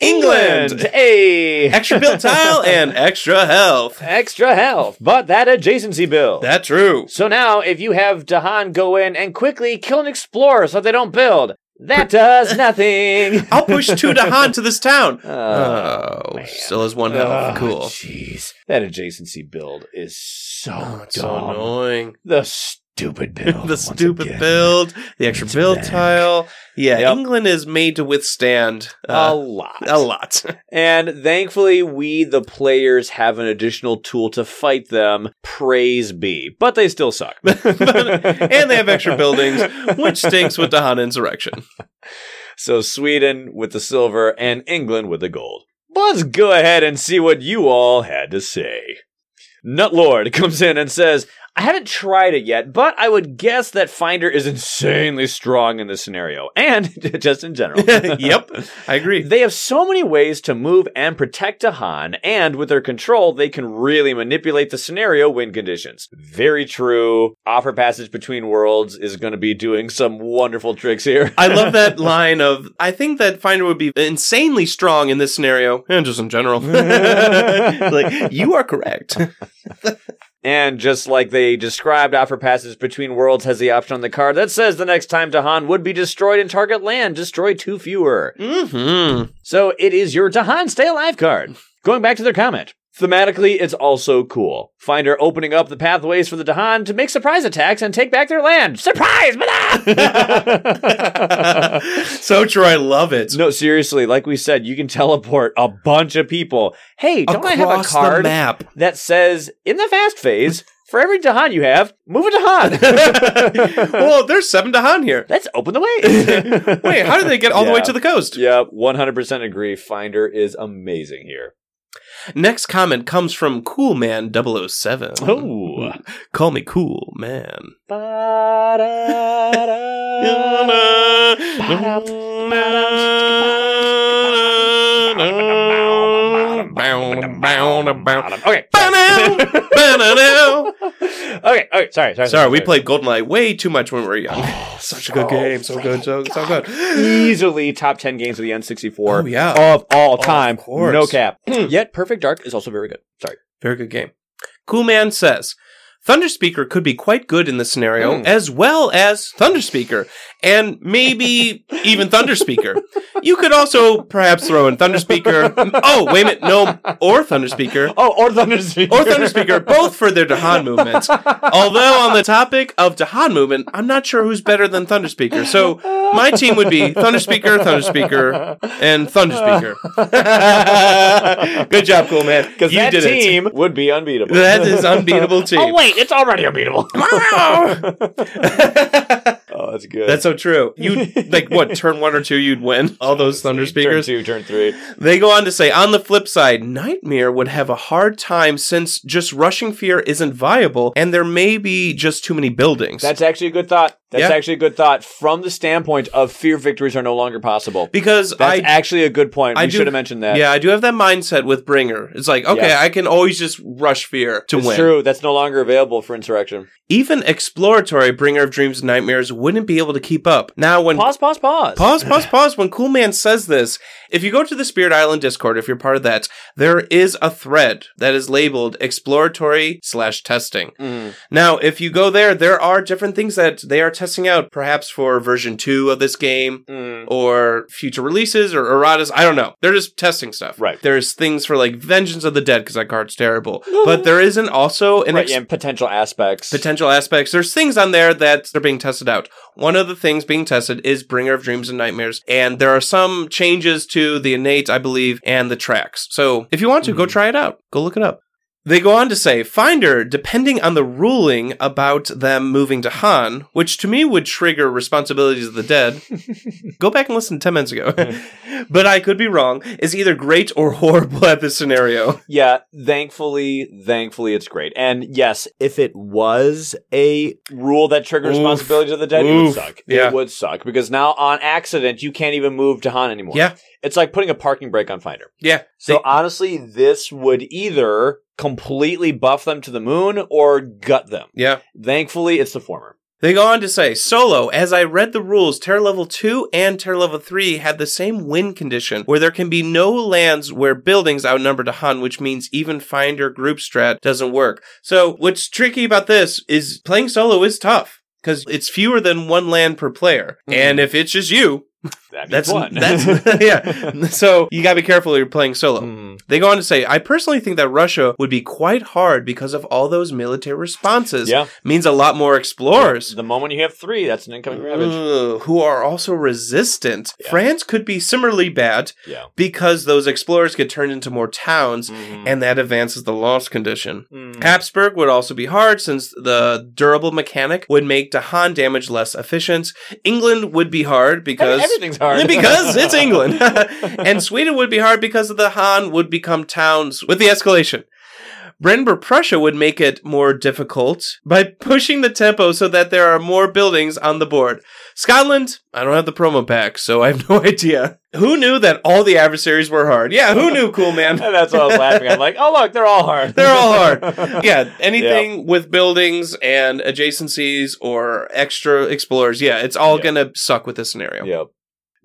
Speaker 1: England. Hey,
Speaker 2: extra built tile and extra health.
Speaker 1: extra health, but that adjacency bill.
Speaker 2: That true.
Speaker 1: So now, if you have Dahan go in and quickly kill an explorer so they don't build, that does nothing.
Speaker 2: I'll push two to Han to this town.
Speaker 1: Uh,
Speaker 2: Oh,
Speaker 1: man.
Speaker 2: still has one health.
Speaker 1: oh,
Speaker 2: cool.
Speaker 1: Jeez, that adjacency build is so
Speaker 2: Oh, it's so
Speaker 1: dumb.
Speaker 2: annoying.
Speaker 1: the stupid build.
Speaker 2: the
Speaker 1: once
Speaker 2: stupid
Speaker 1: again.
Speaker 2: build, the extra
Speaker 1: It's
Speaker 2: build
Speaker 1: back.
Speaker 2: tile. Yeah,
Speaker 1: Yep.
Speaker 2: England is made to withstand
Speaker 1: A
Speaker 2: uh,
Speaker 1: lot.
Speaker 2: a lot.
Speaker 1: And thankfully, we, the players, have an additional tool to fight them. Praise be. But they still suck.
Speaker 2: and they have extra buildings, which stinks with the Han insurrection.
Speaker 1: So Sweden with the silver and England with the gold. Let's go ahead and see what you all had to say. Nutlord comes in and says, I haven't tried it yet, but I would guess that Finder is insanely strong in this scenario and just in general.
Speaker 2: yep, I agree.
Speaker 1: They have so many ways to move and protect Dahan, and with their control, they can really manipulate the scenario win conditions. Very true. Offer passage between worlds is going to be doing some wonderful tricks here.
Speaker 2: I love that line of I think that Finder would be insanely strong in this scenario and just in general. like you are correct.
Speaker 1: And just like they described, Offer Passage Between Worlds has the option on the card that says the next time Dahan would be destroyed in target land, destroy two fewer.
Speaker 2: hmm
Speaker 1: So it is your Dahan Stay Alive card. Going back to their comment. Thematically, it's also cool. Finder opening up the pathways for the Dahan to make surprise attacks and take back their land. Surprise! Bada!
Speaker 2: so true. I love it.
Speaker 1: no, seriously, like we said, you can teleport a bunch of people. Hey, don't I have a
Speaker 2: Across the
Speaker 1: card?
Speaker 2: map.
Speaker 1: that says in the fast phase, for every Dahan you have, move a Dahan.
Speaker 2: well, there's seven to Han here.
Speaker 1: Let's open the way.
Speaker 2: Wait, how did they get all the way
Speaker 1: Yeah.
Speaker 2: to the coast?
Speaker 1: Yeah, 100% agree. Finder is amazing here.
Speaker 2: Next comment comes from Cool Man 007.
Speaker 1: Oh.
Speaker 2: Call me Cool Man.
Speaker 1: Okay. okay, okay, sorry, sorry.
Speaker 2: Sorry, we played Goldeneye way too much when we were young. Such a good game, Oh, so good, so, so good.
Speaker 1: Easily top 10 games of the N64
Speaker 2: Oh, yeah.
Speaker 1: of all time.
Speaker 2: course.
Speaker 1: no cap. Yet Perfect Dark is also very good. Sorry.
Speaker 2: Very good game. Cool Man says, Thunder Speaker could be quite good in this scenario,
Speaker 1: Mm.
Speaker 2: as well as Thunder Speaker, and maybe even Thunder Speaker. You could also perhaps throw in Thunder Speaker. Oh, wait a minute, no, or Thunder Speaker,
Speaker 1: Oh, or Thunder Speaker.
Speaker 2: or Thunder Speaker, both for their Dahan movement. Although on the topic of Dahan movement, I'm not sure who's better than Thunder Speaker. So my team would be Thunder Speaker, Thunder Speaker, and Thunder Speaker. good job, Cool Man.
Speaker 1: Because
Speaker 2: You
Speaker 1: that
Speaker 2: did it.
Speaker 1: team would be unbeatable.
Speaker 2: That is unbeatable team.
Speaker 1: Oh wait, it's already unbeatable. oh, that's good.
Speaker 2: That's so true. You like what turn one or two, you'd win all those thunder
Speaker 1: turn
Speaker 2: speakers.
Speaker 1: two, turn three.
Speaker 2: They go on to say, on the flip side, Nightmare would have a hard time since just rushing fear isn't viable, and there may be just too many buildings.
Speaker 1: That's actually a good thought. That's
Speaker 2: Yeah.
Speaker 1: actually a good thought from the standpoint of fear victories are no longer possible.
Speaker 2: because
Speaker 1: That's
Speaker 2: I,
Speaker 1: actually a good point.
Speaker 2: I
Speaker 1: we
Speaker 2: do-
Speaker 1: should have mentioned that.
Speaker 2: yeah, I do have that mindset with Bringer. It's like, okay,
Speaker 1: Yes.
Speaker 2: I can always just rush fear to
Speaker 1: It's
Speaker 2: win.
Speaker 1: true. That's no longer available for insurrection.
Speaker 2: Even exploratory Bringer of Dreams and Nightmares wouldn't be able to keep up. Now, when
Speaker 1: Pause, pause, pause.
Speaker 2: Pause, pause, pause. When Cool Man says this, if you go to the Spirit Island Discord, if you're part of that, there is a thread that is labeled exploratory slash testing.
Speaker 1: Mm.
Speaker 2: Now, if you go there, there are different things that they are testing out perhaps for version two of this game
Speaker 1: Mm.
Speaker 2: or future releases or erratas. I don't know. They're just testing stuff.
Speaker 1: Right.
Speaker 2: There's things for like Vengeance of the Dead because that card's terrible. but there isn't also an
Speaker 1: Right,
Speaker 2: ex-
Speaker 1: and potential aspects.
Speaker 2: potential aspects. There's things on there that are being tested out. One of the things being tested is Bringer of Dreams and Nightmares, and there are some changes to the innate, I believe, and the tracks. So if you want to, go
Speaker 1: Mhm.
Speaker 2: try it out. Go look it up. They go on to say, Finder, depending on the ruling about them moving to Han, which to me would trigger responsibilities of the dead, go back and listen to 10 minutes ago, but I could be wrong, is either great or horrible at this scenario.
Speaker 1: yeah, thankfully, thankfully it's great. And yes, if it was a rule that triggered
Speaker 2: Oof.
Speaker 1: responsibility to the dead, it would
Speaker 2: Oof.
Speaker 1: suck.
Speaker 2: Yeah.
Speaker 1: It would suck because now on accident you can't even move to Han anymore.
Speaker 2: Yeah.
Speaker 1: It's like putting a parking brake on Finder.
Speaker 2: Yeah.
Speaker 1: So
Speaker 2: They-
Speaker 1: honestly, this would either completely buff them to the moon or gut them.
Speaker 2: Yeah.
Speaker 1: Thankfully, it's the former.
Speaker 2: They go on to say, Solo, as I read the rules, Terra Level 2 and Terra Level 3 have the same win condition where there can be no lands where buildings outnumber to Hun, which means even Finder group strat doesn't work. So, what's tricky about this is playing solo is tough because it's fewer than one land per player.
Speaker 1: Mhm.
Speaker 2: And if it's just you,
Speaker 1: That means
Speaker 2: that's
Speaker 1: one.
Speaker 2: That's, yeah. So, you got to be careful you're playing solo.
Speaker 1: Mm.
Speaker 2: They go on to say, I personally think that Russia would be quite hard because of all those military responses.
Speaker 1: Yeah.
Speaker 2: Means a lot more explorers.
Speaker 1: The moment you have three, that's an incoming ravage.
Speaker 2: Ugh, who are also resistant.
Speaker 1: Yeah.
Speaker 2: France could be similarly bad
Speaker 1: Yeah.
Speaker 2: because those explorers get turned into more towns,
Speaker 1: Mm-hmm.
Speaker 2: and that advances the loss condition.
Speaker 1: Mm.
Speaker 2: Habsburg would also be hard since the durable mechanic would make Dahan damage less efficient. England would be hard because
Speaker 1: everything's hard
Speaker 2: because it's England. and Sweden would be hard because of the Han would become towns with the escalation. Brandenburg Prussia would make it more difficult by pushing the tempo so that there are more buildings on the board. Scotland, I don't have the promo pack, so I have no idea. Who knew that all the adversaries were hard? Yeah, who knew, cool man?
Speaker 1: and that's why I was laughing. I'm like, oh look, they're all hard.
Speaker 2: They're all hard. yeah, anything with buildings and adjacencies or extra explorers, yeah, it's all
Speaker 1: Yeah.
Speaker 2: gonna suck with this scenario.
Speaker 1: Yep.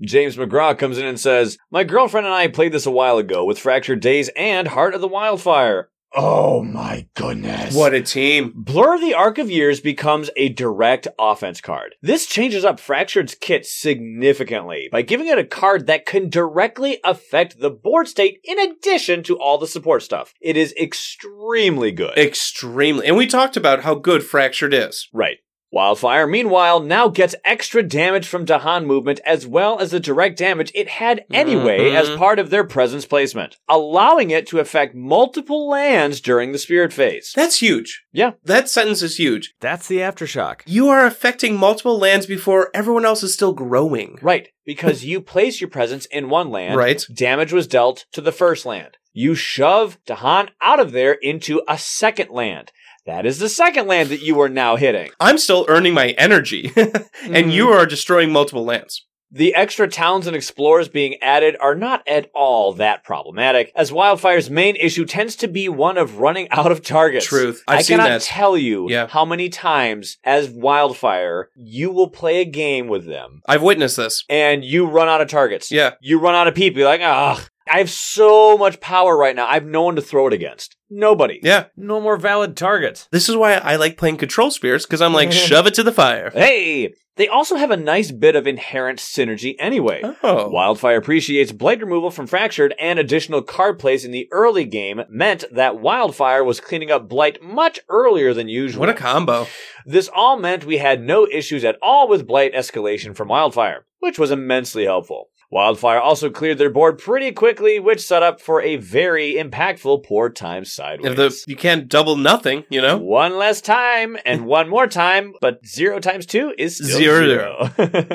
Speaker 1: James McGraw comes in and says, "My girlfriend and I played this a while ago with Fractured Days and Heart of the Wildfire." Oh my goodness!
Speaker 2: What a team.
Speaker 1: Blur the Arc of Years becomes a direct offense card. This changes up Fractured's kit significantly by giving it a card that can directly affect the board state in addition to all the support stuff. It is extremely good.
Speaker 2: Extremely. And we talked about how good Fractured is.
Speaker 1: right. Wildfire, meanwhile, now gets extra damage from Dahan movement as well as the direct damage it had anyway
Speaker 2: Mhm.
Speaker 1: as part of their presence placement, allowing it to affect multiple lands during the spirit phase.
Speaker 2: That's huge.
Speaker 1: Yeah.
Speaker 2: That sentence is huge.
Speaker 1: That's the aftershock.
Speaker 2: You are affecting multiple lands before everyone else is still growing.
Speaker 1: Right, because you place your presence in one land.
Speaker 2: Right.
Speaker 1: Damage was dealt to the first land. You shove Dahan out of there into a second land. That is the second land that you are now hitting.
Speaker 2: I'm still earning my energy, and
Speaker 1: Mm-hmm.
Speaker 2: you are destroying multiple lands.
Speaker 1: The extra towns and explorers being added are not at all that problematic, as Wildfire's main issue tends to be one of running out of targets.
Speaker 2: Truth. I've
Speaker 1: I
Speaker 2: seen
Speaker 1: cannot
Speaker 2: that.
Speaker 1: tell you
Speaker 2: Yeah.
Speaker 1: how many times, as Wildfire, you will play a game with them
Speaker 2: I've witnessed this.
Speaker 1: and you run out of targets.
Speaker 2: Yeah.
Speaker 1: You run out of people. You're like, ah, I have so much power right now. I have no one to throw it against. Nobody.
Speaker 2: Yeah.
Speaker 1: No more valid targets.
Speaker 2: This is why I like playing Control Spirits, because I'm like, shove it to the fire.
Speaker 1: Hey, they also have a nice bit of inherent synergy anyway.
Speaker 2: Oh.
Speaker 1: Wildfire appreciates blade removal from Fractured and additional card plays in the early game meant that Wildfire was cleaning up Blight much earlier than usual.
Speaker 2: What a combo.
Speaker 1: This all meant we had no issues at all with blight escalation from wildfire, which was immensely helpful. Wildfire also cleared their board pretty quickly, which set up for a very impactful poor time sideways.
Speaker 2: If the, you can't double nothing, you know?
Speaker 1: One less time and one more time, but zero times two is still
Speaker 2: Zero.
Speaker 1: zero.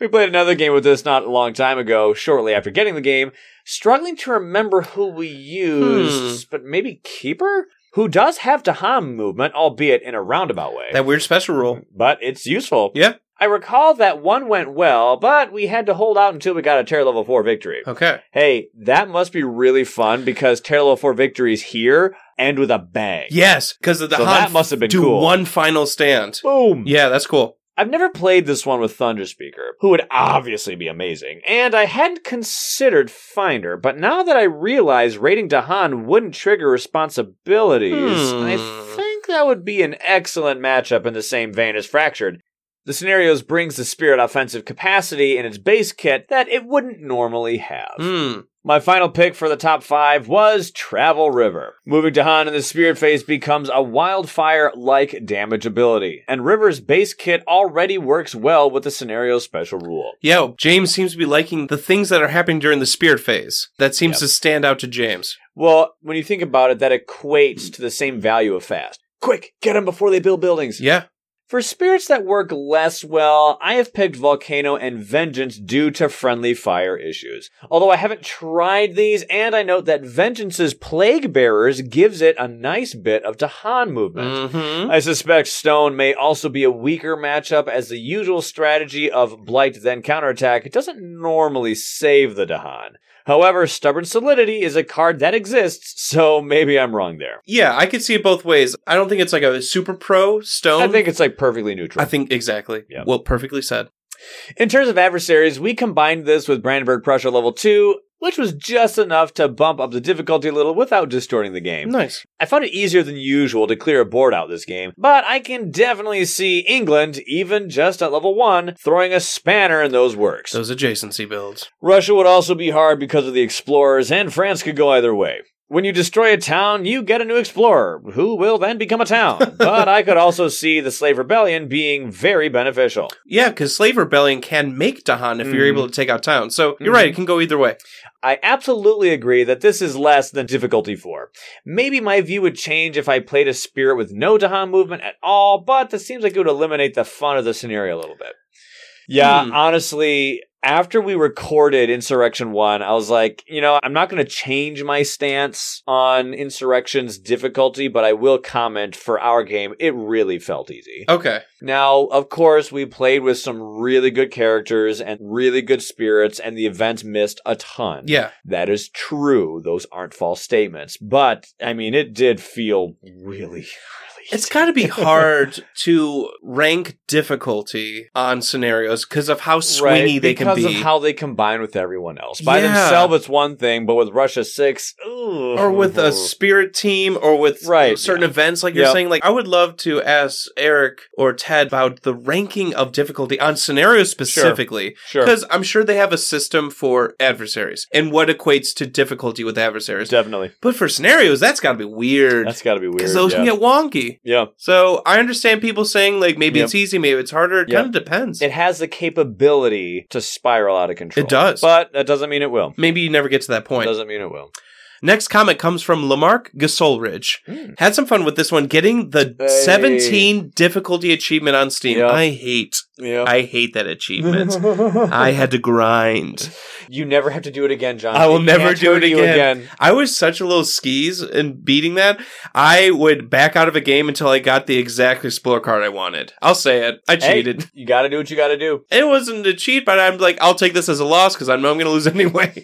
Speaker 1: we played another game with this not a long time ago, shortly after getting the game, struggling to remember who we used, but maybe Keeper? Who does have Daham movement, albeit in a roundabout way
Speaker 2: That weird special rule.
Speaker 1: but it's useful.
Speaker 2: Yeah.
Speaker 1: I recall that one went well, but we had to hold out until we got a Terra Level 4 victory.
Speaker 2: Okay.
Speaker 1: Hey, that must be really fun because Terra Level 4 victories here end with a bang.
Speaker 2: Yes, because the
Speaker 1: So that
Speaker 2: Han
Speaker 1: must have been
Speaker 2: do
Speaker 1: cool.
Speaker 2: one final stand.
Speaker 1: Boom.
Speaker 2: Yeah, that's cool.
Speaker 1: I've never played this one with Thunderspeaker, who would obviously be amazing, and I hadn't considered Finder, but now that I realize raiding Dahan wouldn't trigger responsibilities,
Speaker 2: Hmm.
Speaker 1: I think that would be an excellent matchup in the same vein as Fractured, The scenarios brings the spirit offensive capacity in its base kit that it wouldn't normally have.
Speaker 2: Hmm.
Speaker 1: My final pick for the top five was Travel River. Moving to Han in the Spirit Phase becomes a wildfire like damage ability, and River's base kit already works well with the scenario special rule.
Speaker 2: Yeah, James seems to be liking the things that are happening during the spirit phase. That seems
Speaker 1: Yep.
Speaker 2: to stand out to James.
Speaker 1: Well, when you think about it, that equates to the same value of fast. Quick, get them before they build buildings.
Speaker 2: Yeah.
Speaker 1: For spirits that work less well, I have picked Volcano and Vengeance due to friendly fire issues. Although I haven't tried these, and I note that Vengeance's Plague Bearers gives it a nice bit of Dahan movement.
Speaker 2: Mm-hmm.
Speaker 1: I suspect Stone may also be a weaker matchup as the usual strategy of Blight then counterattack doesn't normally save the Dahan. However, Stubborn Solidity is a card that exists, so maybe I'm wrong there.
Speaker 2: Yeah, I could see it both ways. I don't think it's like a super pro stone.
Speaker 1: I think it's like perfectly neutral.
Speaker 2: I think exactly.
Speaker 1: Yeah.
Speaker 2: Well, perfectly said.
Speaker 1: In terms of adversaries, we combined this with Brandenburg Prussia level 2, which was just enough to bump up the difficulty a little without distorting the game.
Speaker 2: Nice.
Speaker 1: I found it easier than usual to clear a board out this game, but I can definitely see England, even just at level 1, throwing a spanner in those works.
Speaker 2: Those adjacency builds.
Speaker 1: Russia would also be hard because of the explorers, and France could go either way. When you destroy a town, you get a new explorer, who will then become a town. but I could also see the slave rebellion being very beneficial.
Speaker 2: Yeah, because slave rebellion can make Dahan if you're
Speaker 1: Mhm.
Speaker 2: able to take out town. So you're
Speaker 1: Hmm.
Speaker 2: right; it can go either way.
Speaker 1: I absolutely agree that this is less than difficulty 4. Maybe my view would change if I played a spirit with no Dahan movement at all, but this seems like it would eliminate the fun of the scenario a little bit. Yeah,
Speaker 2: Hmm.
Speaker 1: honestly, after we recorded Insurrection 1, I was like, you know, I'm not going to change my stance on Insurrection's difficulty, but I will comment for our game, it really felt easy.
Speaker 2: Okay.
Speaker 1: Now, of course, we played with some really good characters and really good spirits, and the events missed a ton.
Speaker 2: Yeah.
Speaker 1: That is true. Those aren't false statements. But, I mean, it did feel really, really.
Speaker 2: It's got to be hard to rank difficulty on scenarios because of how swingy they can be,
Speaker 1: Because of how they combine with everyone else. By
Speaker 2: Yeah.
Speaker 1: themselves, it's one thing, but with Russia 6, ooh.
Speaker 2: or with a spirit team, or with
Speaker 1: Oh. Right,
Speaker 2: certain
Speaker 1: yeah.
Speaker 2: events, like you're
Speaker 1: Yep.
Speaker 2: saying. Like, I would love to ask Eric or Ted about the ranking of difficulty on scenarios specifically,
Speaker 1: Sure.
Speaker 2: because I'm sure they have a system for adversaries and what equates to difficulty with adversaries.
Speaker 1: Definitely.
Speaker 2: But for scenarios, that's got to be weird
Speaker 1: That's got to be weird.
Speaker 2: because those
Speaker 1: yeah.
Speaker 2: can get wonky.
Speaker 1: yeah.
Speaker 2: So I understand people saying like maybe
Speaker 1: Yep.
Speaker 2: it's easy, maybe it's harder. It
Speaker 1: Yep.
Speaker 2: kind of depends.
Speaker 1: It has the capability to spiral out of control.
Speaker 2: It does.
Speaker 1: But that doesn't mean it will.
Speaker 2: maybe you never get to that point.
Speaker 1: Doesn't mean it will.
Speaker 2: Next comment comes from Lamarck Gasolridge.
Speaker 1: Hmm.
Speaker 2: Had some fun with this one, getting the
Speaker 1: Hey.
Speaker 2: 17 difficulty achievement on Steam.
Speaker 1: Yeah.
Speaker 2: I hate,
Speaker 1: Yeah.
Speaker 2: I hate that achievement. I had to grind.
Speaker 1: You never have to do it again, John.
Speaker 2: I will never
Speaker 1: can't
Speaker 2: do it
Speaker 1: hurt you
Speaker 2: again. I was such a little skis in beating that. I would back out of a game until I got the exact explorer card I wanted. I'll say it. I
Speaker 1: Hey,
Speaker 2: cheated.
Speaker 1: you got to do what you got to do.
Speaker 2: It wasn't a cheat, but I'm like, I'll take this as a loss because I know I'm going to lose anyway.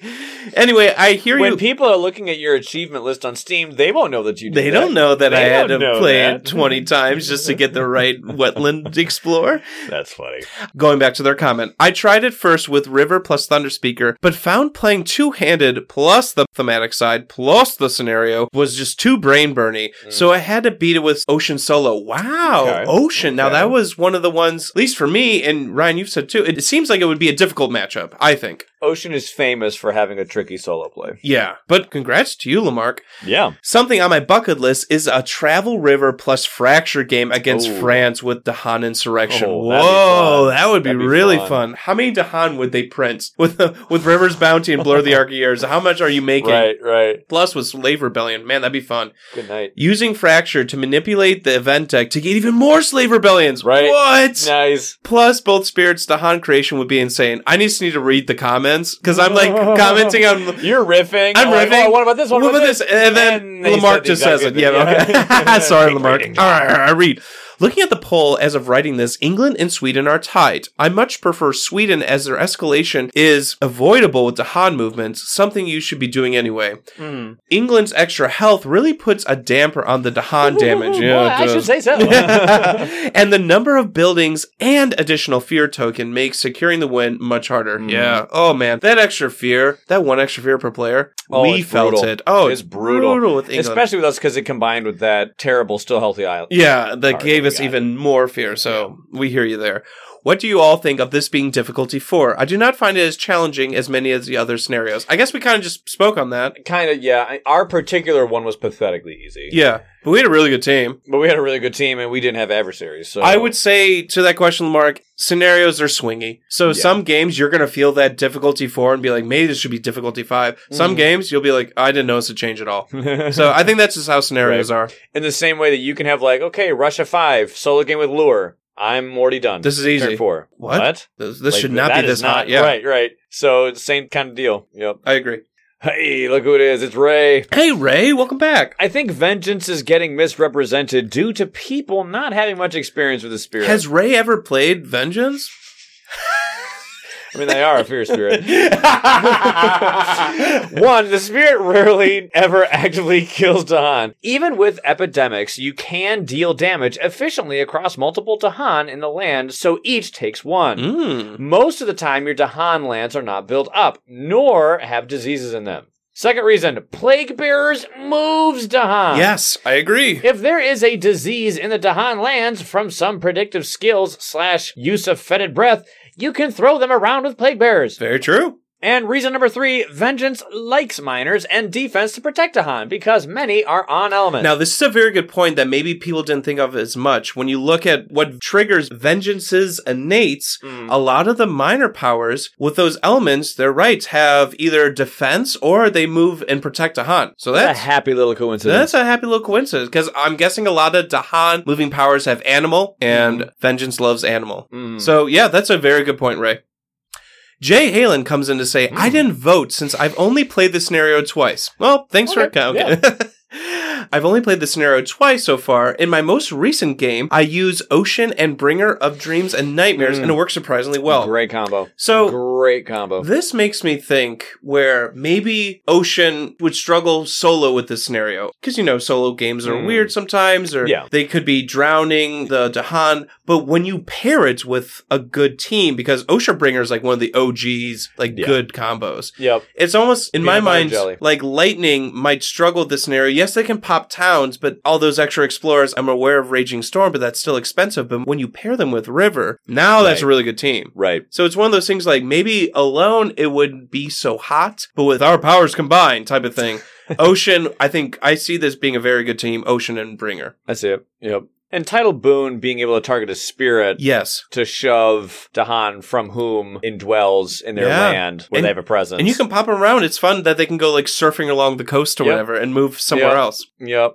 Speaker 2: anyway, I hear you.
Speaker 1: When people are looking at your achievement list on Steam, they won't know that you. Did
Speaker 2: They
Speaker 1: that.
Speaker 2: don't know that
Speaker 1: They
Speaker 2: I had to
Speaker 1: don't know
Speaker 2: play
Speaker 1: that.
Speaker 2: it 20 times just to get the right wetland explorer.
Speaker 1: That's funny.
Speaker 2: Going back to their comment, I tried it first with River plus Thunder Speaker, but found playing two handed plus the thematic side plus the scenario was just too brain burny. So I had to beat it with Ocean Solo. Wow,
Speaker 1: Mm. Okay.
Speaker 2: Ocean. Now
Speaker 1: Okay.
Speaker 2: that was one of the ones, at least for me, and Ryan, you've said too, it seems like it would be a difficult matchup, I think.
Speaker 1: Ocean is famous for having a tricky solo play.
Speaker 2: Yeah. But congrats to you, Lamarck.
Speaker 1: Yeah,
Speaker 2: Something on my bucket list is a Travel River plus Fracture game against
Speaker 1: Ooh.
Speaker 2: France with Dahan Insurrection.
Speaker 1: Oh, that'd be
Speaker 2: Whoa,
Speaker 1: fun.
Speaker 2: that would be
Speaker 1: That'd be
Speaker 2: really
Speaker 1: fun.
Speaker 2: fun. How many Dahan would they print with with River's Bounty and Blur the Archiers? How much are you making?
Speaker 1: right, right.
Speaker 2: Plus with Slave Rebellion. Man, that'd be fun.
Speaker 1: Good night.
Speaker 2: Using Fracture to manipulate the event deck to get even more Slave Rebellions.
Speaker 1: Right.
Speaker 2: What?
Speaker 1: Nice.
Speaker 2: Plus, both spirits, Dahan creation would be insane. I just need to read the comments because I'm like commenting on
Speaker 1: You're riffing.
Speaker 2: I'm
Speaker 1: like,
Speaker 2: riffing.
Speaker 1: oh, what about this one?
Speaker 2: what about this? And then
Speaker 1: And they
Speaker 2: Lamarck
Speaker 1: said
Speaker 2: just
Speaker 1: the
Speaker 2: says
Speaker 1: exact
Speaker 2: it.
Speaker 1: same
Speaker 2: Yeah,
Speaker 1: thing. Yeah.
Speaker 2: okay. Sorry,
Speaker 1: Keep
Speaker 2: Lamarck.
Speaker 1: reading.
Speaker 2: All right, all right, I read. Looking at the poll as of writing this, England and Sweden are tied. I much prefer Sweden as their escalation is avoidable with the Han movements, something you should be doing anyway.
Speaker 1: Hmm.
Speaker 2: England's extra health really puts a damper on the Dahan Oh, damage.
Speaker 1: Ooh,
Speaker 2: Yeah,
Speaker 1: boy,
Speaker 2: it
Speaker 1: I should
Speaker 2: does.
Speaker 1: say so.
Speaker 2: and the number of buildings and additional fear token makes securing the win much harder.
Speaker 1: Mm.
Speaker 2: Yeah. Oh man, that extra fear, that one extra fear per player,
Speaker 1: Oh,
Speaker 2: we
Speaker 1: it's
Speaker 2: felt
Speaker 1: brutal.
Speaker 2: it. Oh,
Speaker 1: It's brutal.
Speaker 2: with England.
Speaker 1: Especially with us because it combined with that terrible, still healthy island.
Speaker 2: yeah, that
Speaker 1: Hard.
Speaker 2: gave us even more fear. So we hear you there. What do you all think of this being difficulty four? I do not find it as challenging as many of the other scenarios. I guess we kind of just spoke on that.
Speaker 1: Kind of, yeah. I- Our particular one was pathetically easy.
Speaker 2: Yeah, but we had a really good team.
Speaker 1: But we had a really good team and we didn't have adversaries. So
Speaker 2: I would say to that question, Mark, scenarios are swingy. So
Speaker 1: Yeah.
Speaker 2: some games you're going to feel that difficulty four and be like, maybe this should be difficulty five. Some
Speaker 1: Mhm.
Speaker 2: games you'll be like, I didn't notice a change at all.
Speaker 1: so
Speaker 2: So I think that's just how scenarios are.
Speaker 1: in the same way that you can have like, okay, Russia five solo game with Lure. I'm already done.
Speaker 2: This is
Speaker 1: Turn
Speaker 2: easy.
Speaker 1: four.
Speaker 2: What? This, this
Speaker 1: Like,
Speaker 2: should not
Speaker 1: that
Speaker 2: be
Speaker 1: is
Speaker 2: this hot. Yeah,
Speaker 1: Right. Right. So it's the same kind of deal. Yep.
Speaker 2: I agree.
Speaker 1: Hey, look who it is. It's Ray.
Speaker 2: Hey, Ray, welcome back.
Speaker 1: I think vengeance is getting misrepresented due to people not having much experience with the spirit.
Speaker 2: Has Ray ever played Vengeance?
Speaker 1: I mean, they are a fear spirit.
Speaker 2: yeah,
Speaker 1: One, the spirit rarely ever actively kills Dahan. Even with epidemics, you can deal damage efficiently across multiple Dahan in the land, so each takes one.
Speaker 2: Mm.
Speaker 1: Most of the time, your Dahan lands are not built up, nor have diseases in them. Second reason, plague bearers moves Dahan.
Speaker 2: yes, I agree.
Speaker 1: If there is a disease in the Dahan lands from some predictive skills slash use of fetid breath, you can throw them around with plague bearers.
Speaker 2: Very true.
Speaker 1: And reason number three, vengeance likes miners and defense to protect Dahan because many are on element.
Speaker 2: Now, this is a very good point that maybe people didn't think of as much. When you look at what triggers vengeances innates,
Speaker 1: Mm.
Speaker 2: a lot of the minor powers with those elements, they're right, have either defense or they move and protect a hunt. So
Speaker 1: that's a
Speaker 2: that's.
Speaker 1: happy little coincidence.
Speaker 2: That's a happy little coincidence because I'm guessing a lot of Dahan moving powers have animal and vengeance loves animal.
Speaker 1: Mm.
Speaker 2: So, yeah, that's a very good point, Ray. Jay Halen comes in to say,
Speaker 1: Hmm.
Speaker 2: I didn't vote since I've only played the scenario twice. Well, thanks for
Speaker 1: Okay,
Speaker 2: counting. I've only played the scenario twice so far. In my most recent game, I use Ocean and Bringer of Dreams and Nightmares,
Speaker 1: Mm.
Speaker 2: and it works surprisingly well.
Speaker 1: great combo.
Speaker 2: So,
Speaker 1: great combo.
Speaker 2: this makes me think where maybe Ocean would struggle solo with this scenario. Because, you know, solo games are
Speaker 1: Mm.
Speaker 2: weird sometimes, or
Speaker 1: Yeah.
Speaker 2: they could be drowning the Dahan. But when you pair it with a good team, because Oceanbringer is like one of the OGs, like
Speaker 1: Yeah.
Speaker 2: good combos,
Speaker 1: yep.
Speaker 2: it's almost, in
Speaker 1: Peanut
Speaker 2: my
Speaker 1: butter
Speaker 2: mind,
Speaker 1: jelly.
Speaker 2: like Lightning might struggle with this scenario. Yes, they can pop towns, but all those extra explorers, I'm aware of Raging Storm, but that's still expensive. But when you pair them with River, now that's
Speaker 1: Right.
Speaker 2: a really good team.
Speaker 1: Right.
Speaker 2: So it's one of those things like maybe alone it wouldn't be so hot, but with our powers combined type of thing. Ocean, I think I see this being a very good team, Ocean and Bringer.
Speaker 1: That's it. Yep. And Title Boon being able to target a spirit
Speaker 2: Yes.
Speaker 1: to shove Dahan from whom indwells in their
Speaker 2: Yeah.
Speaker 1: land where they have a presence.
Speaker 2: And you can pop 'em around. It's fun that they can go like surfing along the coast or
Speaker 1: Yep.
Speaker 2: whatever and move somewhere
Speaker 1: Yep.
Speaker 2: else.
Speaker 1: Yep.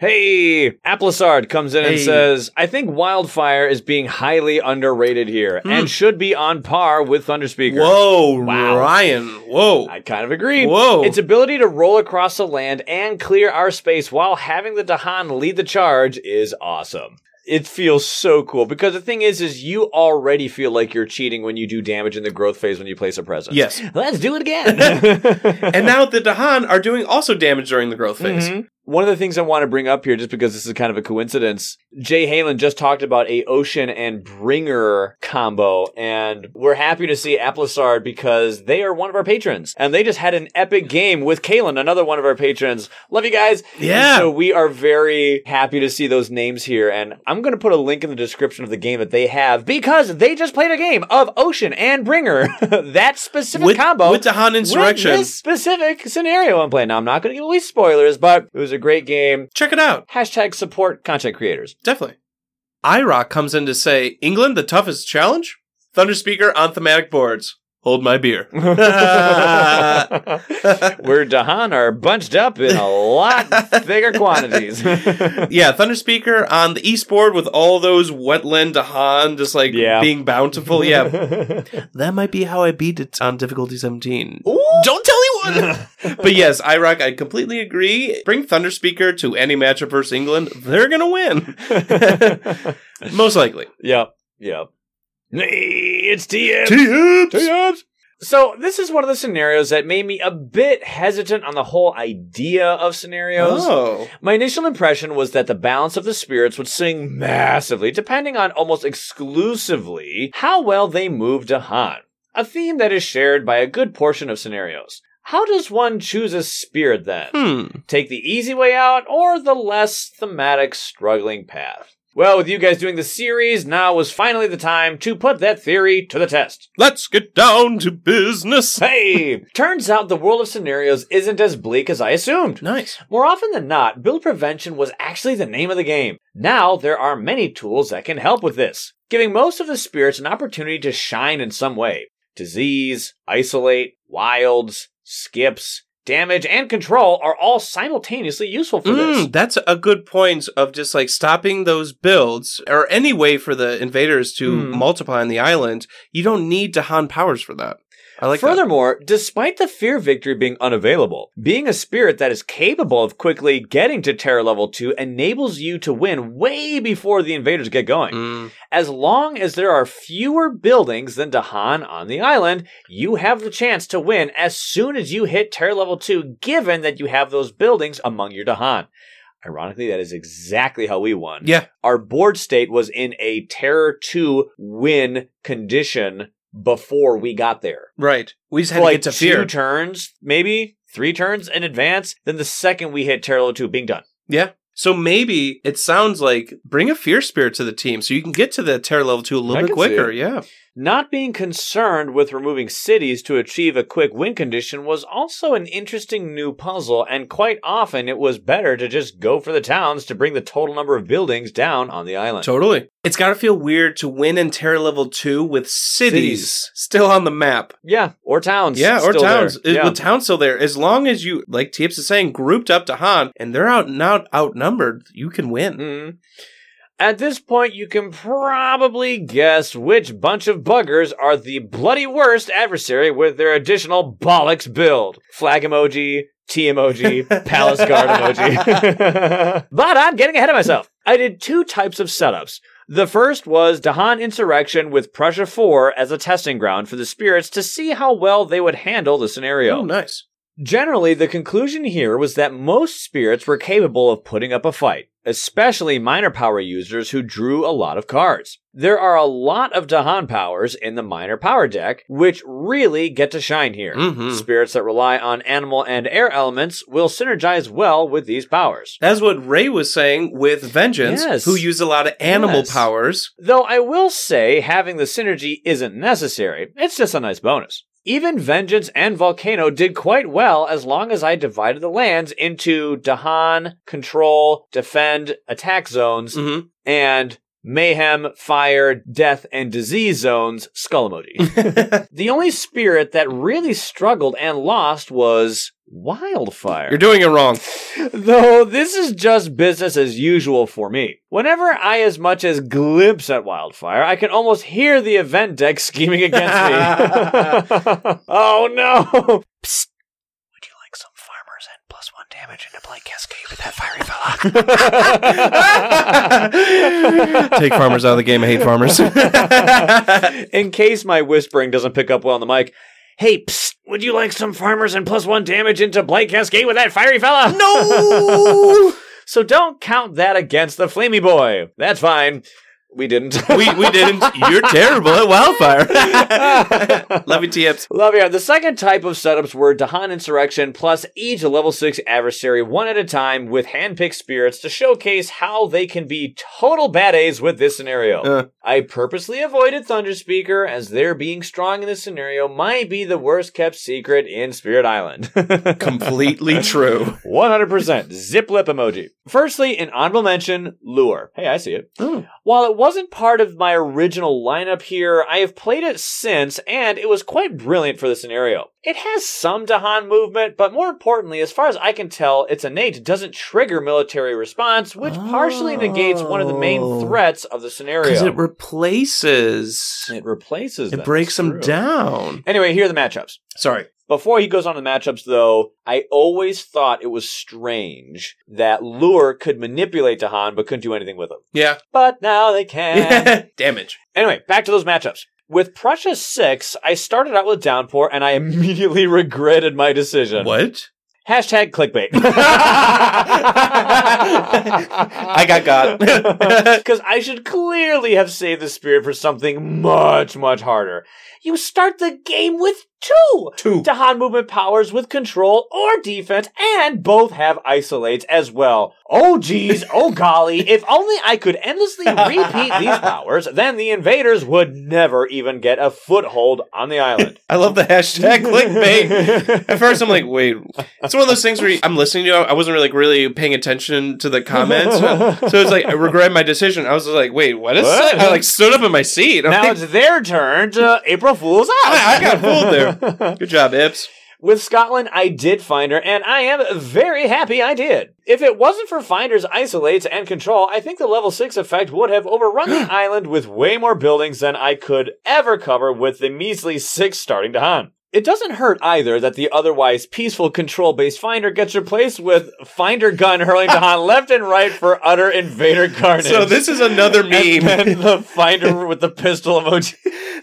Speaker 1: Hey, Applesard comes in and
Speaker 2: Hey.
Speaker 1: says, I think Wildfire is being highly underrated here
Speaker 2: Hmm.
Speaker 1: and should be on par with Thunderspeaker.
Speaker 2: Whoa,
Speaker 1: Wow.
Speaker 2: Ryan. Whoa.
Speaker 1: I kind of agree.
Speaker 2: Whoa.
Speaker 1: Its ability to roll across the land and clear our space while having the Dahan lead the charge is awesome. It feels so cool because the thing is, is you already feel like you're cheating when you do damage in the growth phase when you place a presence.
Speaker 2: yes.
Speaker 1: Let's do it again.
Speaker 2: and now the Dahan are doing also damage during the growth phase.
Speaker 1: Mhm. One of the things I want to bring up here, just because this is kind of a coincidence, Jay Halen just talked about a Ocean and Bringer combo, and we're happy to see Applesard because they are one of our patrons, and they just had an epic game with Kalen, another one of our patrons. Love you guys.
Speaker 2: Yeah.
Speaker 1: And so we are very happy to see those names here, and I'm going to put a link in the description of the game that they have because they just played a game of Ocean and Bringer, that specific
Speaker 2: With,
Speaker 1: combo
Speaker 2: with Dahan Insurrection.
Speaker 1: with this specific scenario I'm playing. Now, I'm not going to give away spoilers, but it was a great game.
Speaker 2: Check it out.
Speaker 1: Hashtag support content creators.
Speaker 2: Definitely. IROC comes in to say, England, the toughest challenge? Thunderspeaker on thematic boards. Hold my beer.
Speaker 1: Where Dahan are bunched up in a lot bigger quantities.
Speaker 2: yeah, Thunderspeaker on the east board with all those wetland Dahan just like
Speaker 1: Yeah.
Speaker 2: being bountiful. Yeah. that might be how I beat it on difficulty 17.
Speaker 1: Ooh.
Speaker 2: Don't tell anyone! but yes, IROC, I completely agree. Bring Thunderspeaker to any matchup versus England. They're going to win. Most likely.
Speaker 1: yep. Yep. Hey, It's TM.
Speaker 2: Tips!
Speaker 1: So this is one of the scenarios that made me a bit hesitant on the whole idea of scenarios.
Speaker 2: Oh.
Speaker 1: My initial impression was that the balance of the spirits would swing massively, depending on almost exclusively how well they move to Han, a theme that is shared by a good portion of scenarios. How does one choose a spirit then?
Speaker 2: Hmm.
Speaker 1: Take the easy way out or the less thematic struggling path? Well, with you guys doing the series, now was finally the time to put that theory to the test.
Speaker 2: Let's get down to business.
Speaker 1: Hey! Turns out the world of scenarios isn't as bleak as I assumed.
Speaker 2: Nice.
Speaker 1: More often than not, build prevention was actually the name of the game. Now there are many tools that can help with this, giving most of the spirits an opportunity to shine in some way. Disease, isolate, wilds, skips, damage, and control are all simultaneously useful for this.
Speaker 2: Mm, that's a good point of just like stopping those builds or any way for the invaders to
Speaker 1: Mm.
Speaker 2: multiply on the island. You don't need Dahan powers for that. I like that.
Speaker 1: Furthermore, despite the fear victory being unavailable, being a spirit that is capable of quickly getting to terror level 2 enables you to win way before the invaders get going.
Speaker 2: Mm.
Speaker 1: As long as there are fewer buildings than Dahan on the island, you have the chance to win as soon as you hit terror level 2, given that you have those buildings among your Dahan. Ironically, that is exactly how we won
Speaker 2: Yeah.
Speaker 1: our board state was in a terror 2 win condition before we got there.
Speaker 2: Right. We just had
Speaker 1: For
Speaker 2: to
Speaker 1: like
Speaker 2: get to
Speaker 1: two
Speaker 2: fear.
Speaker 1: turns, maybe three turns in advance, then the second we hit terror level 2 being done.
Speaker 2: yeah. So maybe it sounds like bring a fear spirit to the team so you can get to the terror level two
Speaker 1: I
Speaker 2: a little bit
Speaker 1: can see
Speaker 2: quicker.
Speaker 1: it.
Speaker 2: Yeah.
Speaker 1: Not being concerned with removing cities to achieve a quick win condition was also an interesting new puzzle, and quite often it was better to just go for the towns to bring the total number of buildings down on the island.
Speaker 2: Totally. It's got to feel weird to win in terror level two with cities,
Speaker 1: Cities.
Speaker 2: still on the map.
Speaker 1: yeah, or towns.
Speaker 2: Yeah, or
Speaker 1: still there.
Speaker 2: towns. It-
Speaker 1: Yeah.
Speaker 2: With towns still there, as long as you, like Tips is saying, grouped up to Han and they're out and out outnumbered, you can win.
Speaker 1: Mhm. At this point, you can probably guess which bunch of buggers are the bloody worst adversary with their additional bollocks build. Flag emoji, T emoji, palace guard emoji. but I'm getting ahead of myself. I did two types of setups. The first was Dahan Insurrection with Prussia 4 as a testing ground for the spirits to see how well they would handle the scenario.
Speaker 2: Oh, nice.
Speaker 1: Generally, the conclusion here was that most spirits were capable of putting up a fight, especially minor power users who drew a lot of cards. There are a lot of Dahan powers in the minor power deck, which really get to shine here.
Speaker 2: Mhm.
Speaker 1: Spirits that rely on animal and air elements will synergize well with these powers.
Speaker 2: That's what Ray was saying with Vengeance,
Speaker 1: Yes.
Speaker 2: who used a lot of animal
Speaker 1: Yes.
Speaker 2: powers.
Speaker 1: Though I will say having the synergy isn't necessary, it's just a nice bonus. Even Vengeance and Volcano did quite well as long as I divided the lands into Dahan, Control, Defend, Attack zones,
Speaker 2: hmm
Speaker 1: and Mayhem, Fire, Death, and Disease zones, Skull emoji. the only spirit that really struggled and lost was Wildfire.
Speaker 2: You're doing it wrong.
Speaker 1: Though this is just business as usual for me. Whenever I as much as glimpse at wildfire, I can almost hear the event deck scheming against me. oh no! Psst. Would you like some farmers and plus one damage into Blight Cascade with that fiery fella?
Speaker 2: Take farmers out of the game. I hate farmers.
Speaker 1: In case my whispering doesn't pick up well on the mic, hey, psst, would you like some farmers and plus one damage into Blight Cascade with that fiery fella?
Speaker 2: no!
Speaker 1: So don't count that against the Flamey Boy. That's fine. We didn't.
Speaker 2: we, we didn't. You're terrible at wildfire. Love you, Tips.
Speaker 1: Love you. The second type of setups were Dahan Insurrection plus each level 6 adversary one at a time with handpicked spirits to showcase how they can be total bad A's with this scenario.
Speaker 2: Uh.
Speaker 1: I purposely avoided Thunderspeaker as their being strong in this scenario might be the worst kept secret in Spirit Island.
Speaker 2: Completely true.
Speaker 1: 100%. Zip lip emoji. Firstly, an honorable mention, Lure. Hey, I see it.
Speaker 2: Hmm.
Speaker 1: While it wasn't part of my original lineup here, I have played it since, and it was quite brilliant for the scenario. It has some Dahan movement, but more importantly, as far as I can tell, its innate doesn't trigger military response, which partially negates one of the main
Speaker 2: Oh.
Speaker 1: threats of the scenario.
Speaker 2: Because it replaces.
Speaker 1: It replaces
Speaker 2: It
Speaker 1: them.
Speaker 2: breaks them
Speaker 1: True.
Speaker 2: down.
Speaker 1: Anyway, here are the matchups.
Speaker 2: Sorry.
Speaker 1: Before he goes on to matchups, though, I always thought it was strange that Lure could manipulate Dahan but couldn't do anything with him.
Speaker 2: Yeah.
Speaker 1: But now they can.
Speaker 2: Damage.
Speaker 1: anyway, back to those matchups. With Prussia 6, I started out with Downpour and I immediately regretted my decision.
Speaker 2: What?
Speaker 1: Hashtag clickbait.
Speaker 2: I got got.
Speaker 1: Because I should clearly have saved the spirit for something much, much harder. You start the game with two
Speaker 2: Two.
Speaker 1: Dahan movement powers with control or defense, and both have isolates as well. Oh geez, oh golly, if only I could endlessly repeat these powers, then the invaders would never even get a foothold on the island.
Speaker 2: I love the hashtag clickbait. At first, I'm like, wait. It's one of those things where you- I'm listening to. it, I wasn't really, like really paying attention to the comments, so, so it's like I regret my decision. I was just like, wait, what is
Speaker 1: What?
Speaker 2: that? I like stood up in my seat. I'm
Speaker 1: now
Speaker 2: like, "Ah,
Speaker 1: it's their turn to uh, April Fool's out.
Speaker 2: I, I got fooled there. Good job, Ips.
Speaker 1: With Scotland, I did find her, and I am very happy I did. If it wasn't for Finder's isolates and control, I think the level 6 effect would have overrun the island with way more buildings than I could ever cover with the measly 6 starting to hunt. It doesn't hurt either that the otherwise peaceful control based Finder gets replaced with Finder gun hurling to hunt left and right for utter invader carnage.
Speaker 2: So this is another
Speaker 1: and
Speaker 2: meme.
Speaker 1: then the Finder with the pistol emoji.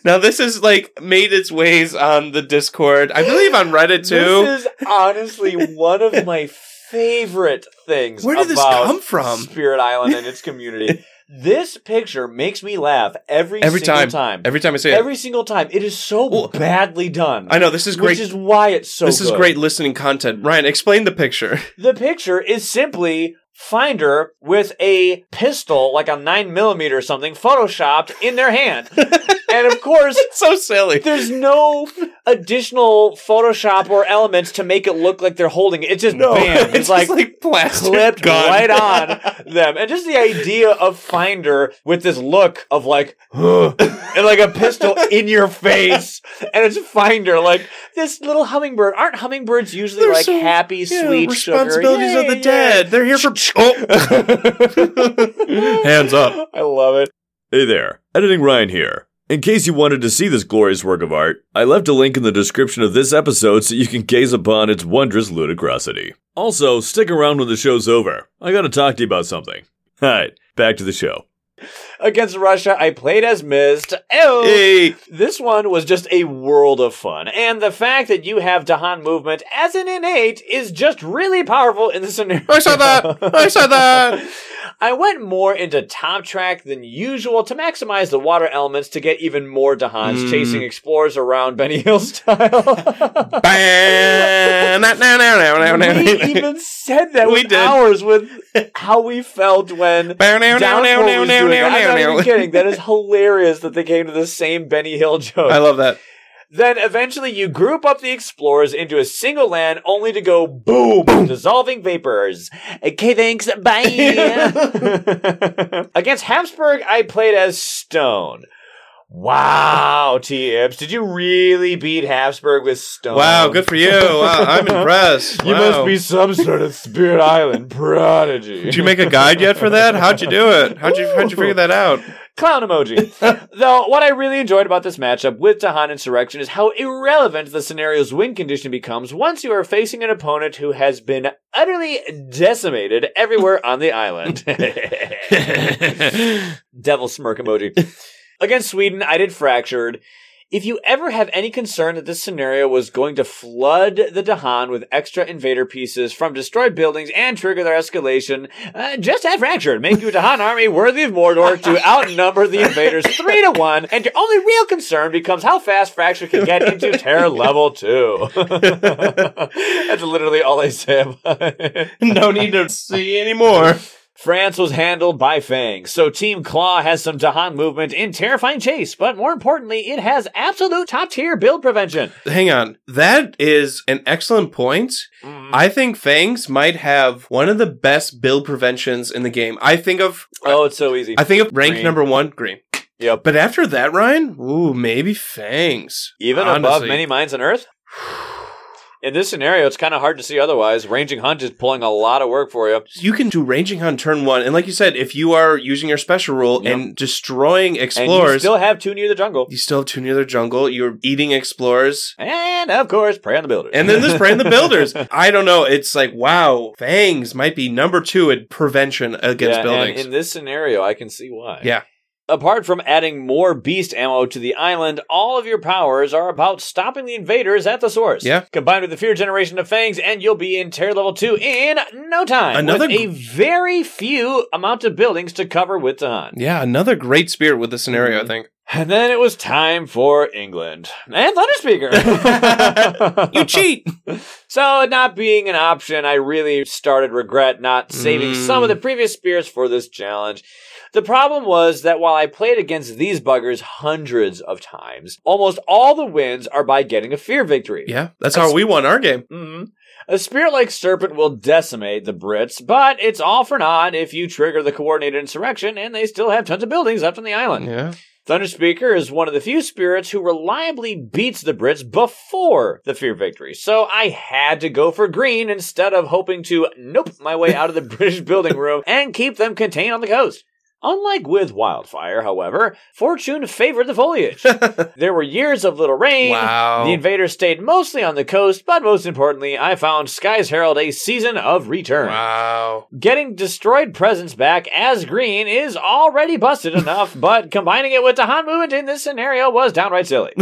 Speaker 2: Now this is like made its ways on the Discord. I believe on Reddit too.
Speaker 1: This is honestly one of my favorite things.
Speaker 2: Where did this
Speaker 1: about
Speaker 2: come from?
Speaker 1: Spirit Island and its community. this picture makes me laugh every
Speaker 2: Every
Speaker 1: single
Speaker 2: time.
Speaker 1: time.
Speaker 2: Every time I say it,
Speaker 1: Every single time. It is so
Speaker 2: Well,
Speaker 1: badly done.
Speaker 2: I know this is
Speaker 1: Which
Speaker 2: great.
Speaker 1: is why it's so.
Speaker 2: this is
Speaker 1: good.
Speaker 2: great listening content. Ryan, explain the picture.
Speaker 1: The picture is simply Finder with a pistol, like a nine millimeter or something, photoshopped in their hand, and of course
Speaker 2: It's so silly.
Speaker 1: there's no additional Photoshop or elements to make it look like they're holding it. It's just bam. It's,
Speaker 2: it's
Speaker 1: like,
Speaker 2: just like plastic
Speaker 1: clipped
Speaker 2: gun.
Speaker 1: right on them. And just the idea of Finder with this look of like, "Huh," and like a pistol in your face. And it's Finder, like this little hummingbird. Aren't hummingbirds usually
Speaker 2: They're
Speaker 1: like
Speaker 2: so-
Speaker 1: happy,
Speaker 2: Yeah,
Speaker 1: sweet,
Speaker 2: responsibilities
Speaker 1: sugar?
Speaker 2: of the
Speaker 1: Yay,
Speaker 2: dead. They're here for oh. hands up.
Speaker 1: yay. I love it.
Speaker 3: Hey there, Editing Ryan here. In case you wanted to see this glorious work of art, I left a link in the description of this episode so you can gaze upon its wondrous ludicrosity. Also, stick around when the show's over. I gotta talk to you about something. Alright, back to the show.
Speaker 1: Against Russia, I played as Mist. Ew.
Speaker 2: Hey,
Speaker 1: This one was just a world of fun, and the fact that you have Dahan movement as an innate is just really powerful in the scenario.
Speaker 2: I saw that. I saw that.
Speaker 1: I went more into top track than usual to maximize the water elements to get even more Dahans
Speaker 2: Mm.
Speaker 1: chasing explorers around Benny Hill style.
Speaker 2: Bah, nah, nah, nah, nah, nah, nah.
Speaker 1: we even said that
Speaker 2: We
Speaker 1: with
Speaker 2: did.
Speaker 1: hours with how we felt when
Speaker 2: Bah, nah, nah, nah,
Speaker 1: Downpour
Speaker 2: nah,
Speaker 1: was
Speaker 2: nah,
Speaker 1: doing. that.
Speaker 2: nah,
Speaker 1: I'm not
Speaker 2: nah,
Speaker 1: even
Speaker 2: nah.
Speaker 1: kidding. That is hilarious that they came to the same Benny Hill joke.
Speaker 2: I love that.
Speaker 1: Then eventually you group up the explorers into a single land only to go boom, dissolving vapors. Okay, thanks, bye. Against Habsburg, I played as Stone. Wow, T Ips, did you really beat Habsburg with Stone?
Speaker 2: Wow, good for you. Wow, I'm impressed.
Speaker 1: You
Speaker 2: Wow.
Speaker 1: must be some sort of Spirit Island prodigy.
Speaker 2: Did you make a guide yet for that? How'd you do it? How'd you how'd you figure that out?
Speaker 1: Clown emoji. Though, what I really enjoyed about this matchup with Tahan Insurrection is how irrelevant the scenario's win condition becomes once you are facing an opponent who has been utterly decimated everywhere on the island. Devil smirk emoji. Against Sweden, I did fractured. If you ever have any concern that this scenario was going to flood the Dahan with extra invader pieces from destroyed buildings and trigger their escalation, uh, just add fractured. Make your Dahan army worthy of Mordor to outnumber the invaders three to one, and your only real concern becomes how fast fracture can get into terror level two. That's literally all I say. About it.
Speaker 2: No need to see anymore.
Speaker 1: France was handled by Fang, so Team Claw has some Dahan movement in terrifying chase, but more importantly, it has absolute top tier build prevention.
Speaker 2: Hang on. That is an excellent point.
Speaker 1: Mm-hmm.
Speaker 2: I think Fangs might have one of the best build preventions in the game. I think of
Speaker 1: Oh, it's so easy.
Speaker 2: I think of rank
Speaker 1: Green.
Speaker 2: number one, green.
Speaker 1: Yep.
Speaker 2: But after that, Ryan, ooh, maybe Fangs.
Speaker 1: Even above
Speaker 2: Honestly.
Speaker 1: many mines on Earth? In this scenario, it's kind of hard to see otherwise. Ranging Hunt is pulling a lot of work for you.
Speaker 2: You can do ranging on turn one, and like you said, if you are using your special rule
Speaker 1: Yep.
Speaker 2: and destroying
Speaker 1: And you
Speaker 2: explorers,
Speaker 1: still have two near the jungle.
Speaker 2: you still have two near the jungle. You're eating explorers.
Speaker 1: And of course, Prey on the Builders.
Speaker 2: And then there's Brand the Builders. I don't know. It's like, wow, Fangs might be number two at prevention against
Speaker 1: Yeah,
Speaker 2: buildings.
Speaker 1: And in this scenario, I can see why.
Speaker 2: Yeah.
Speaker 1: Apart from adding more beast ammo to the island, all of your powers are about stopping the invaders at the source.
Speaker 2: Yeah.
Speaker 1: Combined with the fear generation of fangs, and you'll be in tier level two in no time.
Speaker 2: Another
Speaker 1: with a very few amount of buildings to cover with Tahan.
Speaker 2: yeah, another great spirit with the scenario, I think.
Speaker 1: And then it was time for England and letter speaker.
Speaker 2: You cheat.
Speaker 1: So, it not being an option, I really started regret not saving
Speaker 2: Mm.
Speaker 1: some of the previous spears for this challenge. The problem was that while I played against these buggers hundreds of times, almost all the wins are by getting a fear victory.
Speaker 2: Yeah, that's how we won our game.
Speaker 1: Mhm. A spirit like Serpent will decimate the Brits, but it's all for naught if you trigger the coordinated insurrection and they still have tons of buildings left on the island.
Speaker 2: Yeah.
Speaker 1: Thunderspeaker is one of the few spirits who reliably beats the Brits before the fear victory, so I had to go for green instead of hoping to nope my way out of the British building room and keep them contained on the coast. Unlike with wildfire, however, fortune favored the foliage. there were years of little rain,
Speaker 2: Wow.
Speaker 1: the invaders stayed mostly on the coast, but most importantly, I found Sky's Herald a season of return.
Speaker 2: Wow.
Speaker 1: Getting destroyed presence back as green is already busted enough, but combining it with the Han movement in this scenario was downright silly.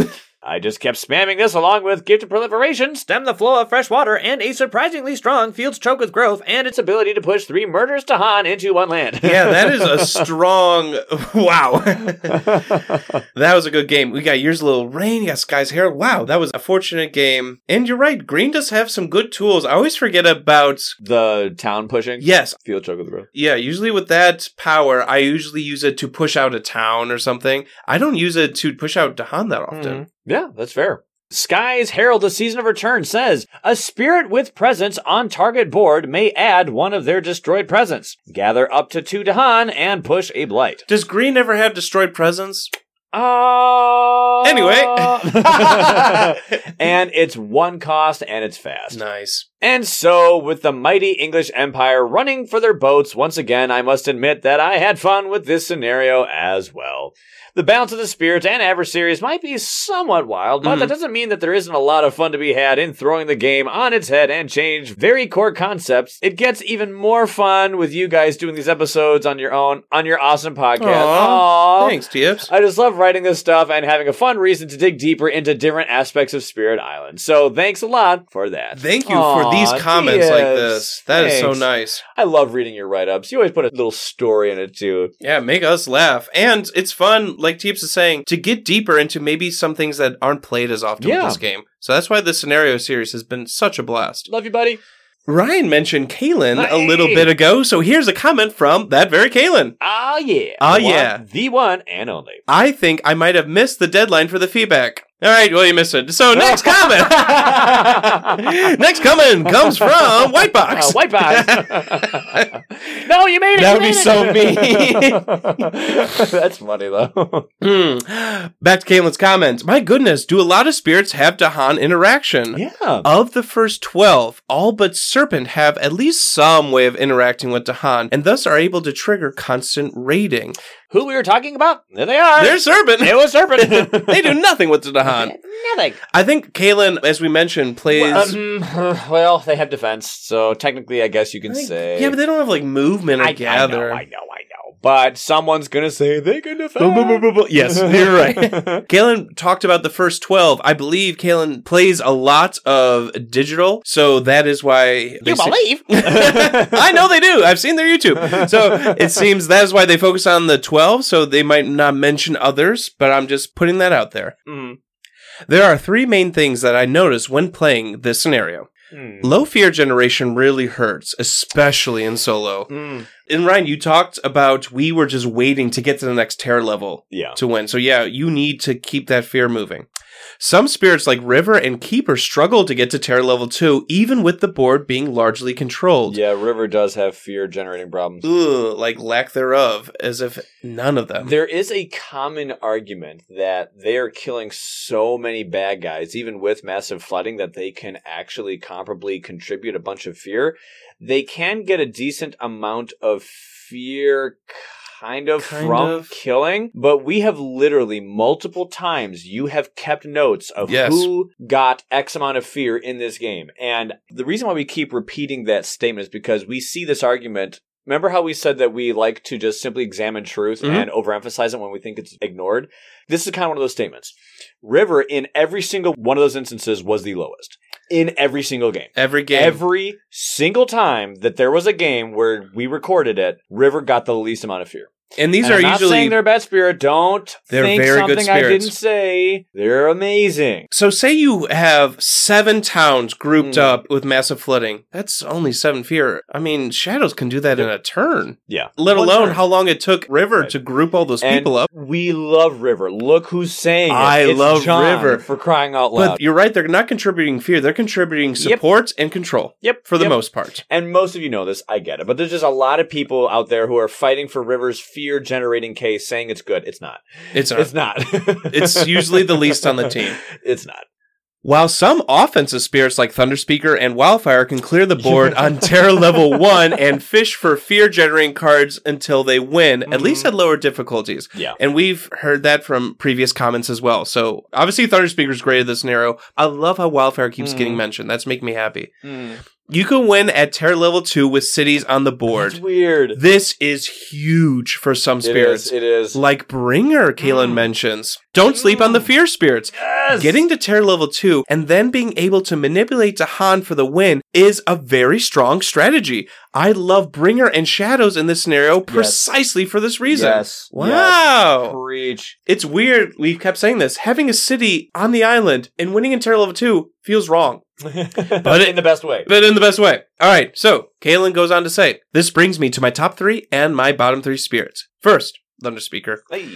Speaker 1: I just kept spamming this along with Gift of Proliferation, Stem the Flow of Fresh Water, and a surprisingly strong Fields Choke with Growth, and its ability to push three murders to Han into one land.
Speaker 2: Yeah, that is a strong. Wow. that was a good game. We got yours a little rain. You got Sky's hair. Wow, that was a fortunate game. And you're right. Green does have some good tools. I always forget about.
Speaker 1: the town pushing?
Speaker 2: Yes.
Speaker 1: Field Choke with Growth.
Speaker 2: Yeah, usually with that power, I usually use it to push out a town or something. I don't use it to push out Dahan that
Speaker 1: Mm-hmm.
Speaker 2: often.
Speaker 1: Yeah, that's fair. Sky's Herald, the Season of Return, says a spirit with presence on target board may add one of their destroyed presence. Gather up to two Dahan and push a blight.
Speaker 2: Does Green ever have destroyed presence?
Speaker 1: Uh,
Speaker 2: Anyway.
Speaker 1: Oh. and it's one cost and it's fast.
Speaker 2: nice.
Speaker 1: And so, with the mighty English Empire running for their boats once again, I must admit that I had fun with this scenario as well. The balance of the spirits and adversaries might be somewhat wild, but
Speaker 2: Mm-hmm.
Speaker 1: that doesn't mean that there isn't a lot of fun to be had in throwing the game on its head and change very core concepts. It gets even more fun with you guys doing these episodes on your own, on your awesome podcast.
Speaker 2: Aw,
Speaker 1: Aw.
Speaker 2: Thanks, Tips.
Speaker 1: I just love writing this stuff and having a fun reason to dig deeper into different aspects of Spirit Island. So thanks a lot for that.
Speaker 2: Thank you
Speaker 1: Aw,
Speaker 2: for these comments like
Speaker 1: yes.
Speaker 2: this. That is
Speaker 1: Thanks.
Speaker 2: so nice.
Speaker 1: I love reading your write ups. You always put a little story in it too.
Speaker 2: Yeah, make us laugh. And it's fun, like Teeps is saying, to get deeper into maybe some things that aren't played as often
Speaker 1: Yeah.
Speaker 2: with this game. So that's why the scenario series has been such a blast.
Speaker 1: Love you, buddy.
Speaker 2: Ryan mentioned Kalen a little
Speaker 1: Hey!
Speaker 2: bit ago, so here's a comment from that very Kalen.
Speaker 1: Ah, yeah.
Speaker 2: Ah,
Speaker 1: The one-
Speaker 2: yeah.
Speaker 1: The one and only.
Speaker 2: I think I might have missed the deadline for the feedback. All right, well, you missed it. So next comment. next comment comes from White Box.
Speaker 1: Ah, white box. no, you made it.
Speaker 2: That
Speaker 1: you
Speaker 2: would be
Speaker 1: made it. That's funny though.
Speaker 2: Hmm. Back to Caitlin's comments. My goodness, do a lot of spirits have Dahan interaction?
Speaker 1: yeah.
Speaker 2: Of the first 12, all but Serpent have at least some way of interacting with Dahan and thus are able to trigger constant raiding.
Speaker 1: Who we were talking about? There they are.
Speaker 2: They're Serpent!
Speaker 1: it was Serpent.
Speaker 2: they do nothing with the Dahan.
Speaker 1: Nothing.
Speaker 2: I think Kalen, as we mentioned, plays.
Speaker 1: Well, um, well, they have defense, so technically, I guess you can
Speaker 2: I think-
Speaker 1: say.
Speaker 2: yeah, but they don't have like movement, I,
Speaker 1: I, I know,
Speaker 2: gather.
Speaker 1: I know, I know. But someone's gonna say they can
Speaker 2: Boom, boom, boom,
Speaker 1: defend.
Speaker 2: boom, boom. Yes, you're right. Kalen talked about the first 12. I believe Kalen plays a lot of digital, so that is why. they
Speaker 1: you
Speaker 2: say-
Speaker 1: believe?
Speaker 2: I know they do. I've seen their YouTube. So it seems that is why they focus on the 12, so they might not mention others, but I'm just putting that out there.
Speaker 1: Mm,
Speaker 2: There are three main things that I notice when playing this scenario.
Speaker 1: mm,
Speaker 2: Low fear generation really hurts, especially in solo.
Speaker 1: mm.
Speaker 2: And Ryan, you talked about we were just waiting to get to the next terror level
Speaker 1: Yeah.
Speaker 2: to win. So yeah, you need to keep that fear moving. Some spirits like River and Keeper struggle to get to terror level 2 even with the board being largely controlled.
Speaker 1: Yeah, River does have fear generating problems.
Speaker 2: Ugh, like lack thereof, as if none of them.
Speaker 1: There is a common argument that they are killing so many bad guys, even with massive flooding, that they can actually comparably contribute a bunch of fear. They can get a decent amount of fear kind of
Speaker 2: Kind
Speaker 1: from
Speaker 2: of.
Speaker 1: killing, but we have literally multiple times you have kept notes of
Speaker 2: Yes.
Speaker 1: who got X amount of fear in this game. And the reason why we keep repeating that statement is because we see this argument Remember how we said that we like to just simply examine truth
Speaker 2: Mhm.
Speaker 1: and overemphasize it when we think it's ignored? This is kind of one of those statements. River, in every single one of those instances, was the lowest in every single game.
Speaker 2: Every game.
Speaker 1: Every single time that there was a game where we recorded it, River got the least amount of fear.
Speaker 2: And these
Speaker 1: And
Speaker 2: are
Speaker 1: I'm not
Speaker 2: usually
Speaker 1: saying they're bad spirit. Don't
Speaker 2: They're
Speaker 1: think
Speaker 2: very
Speaker 1: something
Speaker 2: good
Speaker 1: I
Speaker 2: spirits.
Speaker 1: didn't say. They're amazing.
Speaker 2: So say you have seven towns grouped
Speaker 1: Mm.
Speaker 2: up with massive flooding. That's only seven fear. I mean, shadows can do that in a turn.
Speaker 1: Yeah.
Speaker 2: Let
Speaker 1: One
Speaker 2: alone
Speaker 1: turn.
Speaker 2: how long it took River
Speaker 1: Right.
Speaker 2: to group all those
Speaker 1: And
Speaker 2: people up.
Speaker 1: We love River. Look who's saying it.
Speaker 2: I
Speaker 1: It's
Speaker 2: love
Speaker 1: John,
Speaker 2: River.
Speaker 1: for crying out loud.
Speaker 2: But you're right, they're not contributing fear. They're contributing support and control
Speaker 1: yep,
Speaker 2: for the
Speaker 1: yep.
Speaker 2: most part.
Speaker 1: And most of you know this, I get it. But there's just a lot of people out there who are fighting for River's fear generating case saying it's good. It's not.
Speaker 2: It's not.
Speaker 1: It's
Speaker 2: It's,
Speaker 1: not.
Speaker 2: usually the least on the team.
Speaker 1: It's not.
Speaker 2: While some offensive spirits like Thunderspeaker and Wildfire can clear the board on Terra level 1 and fish for fear generating cards until they win, at least
Speaker 1: Mhm.
Speaker 2: at lower difficulties.
Speaker 1: Yeah.
Speaker 2: And we've heard that from previous comments as well. So obviously Thunderspeaker's great at this scenario. I love how Wildfire keeps
Speaker 1: Mhm.
Speaker 2: getting mentioned. That's making me happy. You can win at Terra level 2 with cities on the
Speaker 1: It's
Speaker 2: board.
Speaker 1: weird.
Speaker 2: This is huge for some spirits.
Speaker 1: It is. It is.
Speaker 2: Like Bringer, Kalen
Speaker 1: Mm.
Speaker 2: mentions. Don't sleep on the
Speaker 1: Mm.
Speaker 2: fear spirits.
Speaker 1: Yes!
Speaker 2: Getting to Terra level 2 and then being able to manipulate Dahan for the win is a very strong strategy. I love Bringer and Shadows in this scenario precisely for this reason.
Speaker 1: Yes. Yes.
Speaker 2: Wow.
Speaker 1: Preach.
Speaker 2: It's weird. We've kept saying this. Having a city on the island and winning in Terra level 2 feels wrong,
Speaker 1: but in the best way.
Speaker 2: but in the best way. All right. So, Kalen goes on to say, This brings me to my top three and my bottom three spirits. First, Thunderspeaker.
Speaker 1: Hey.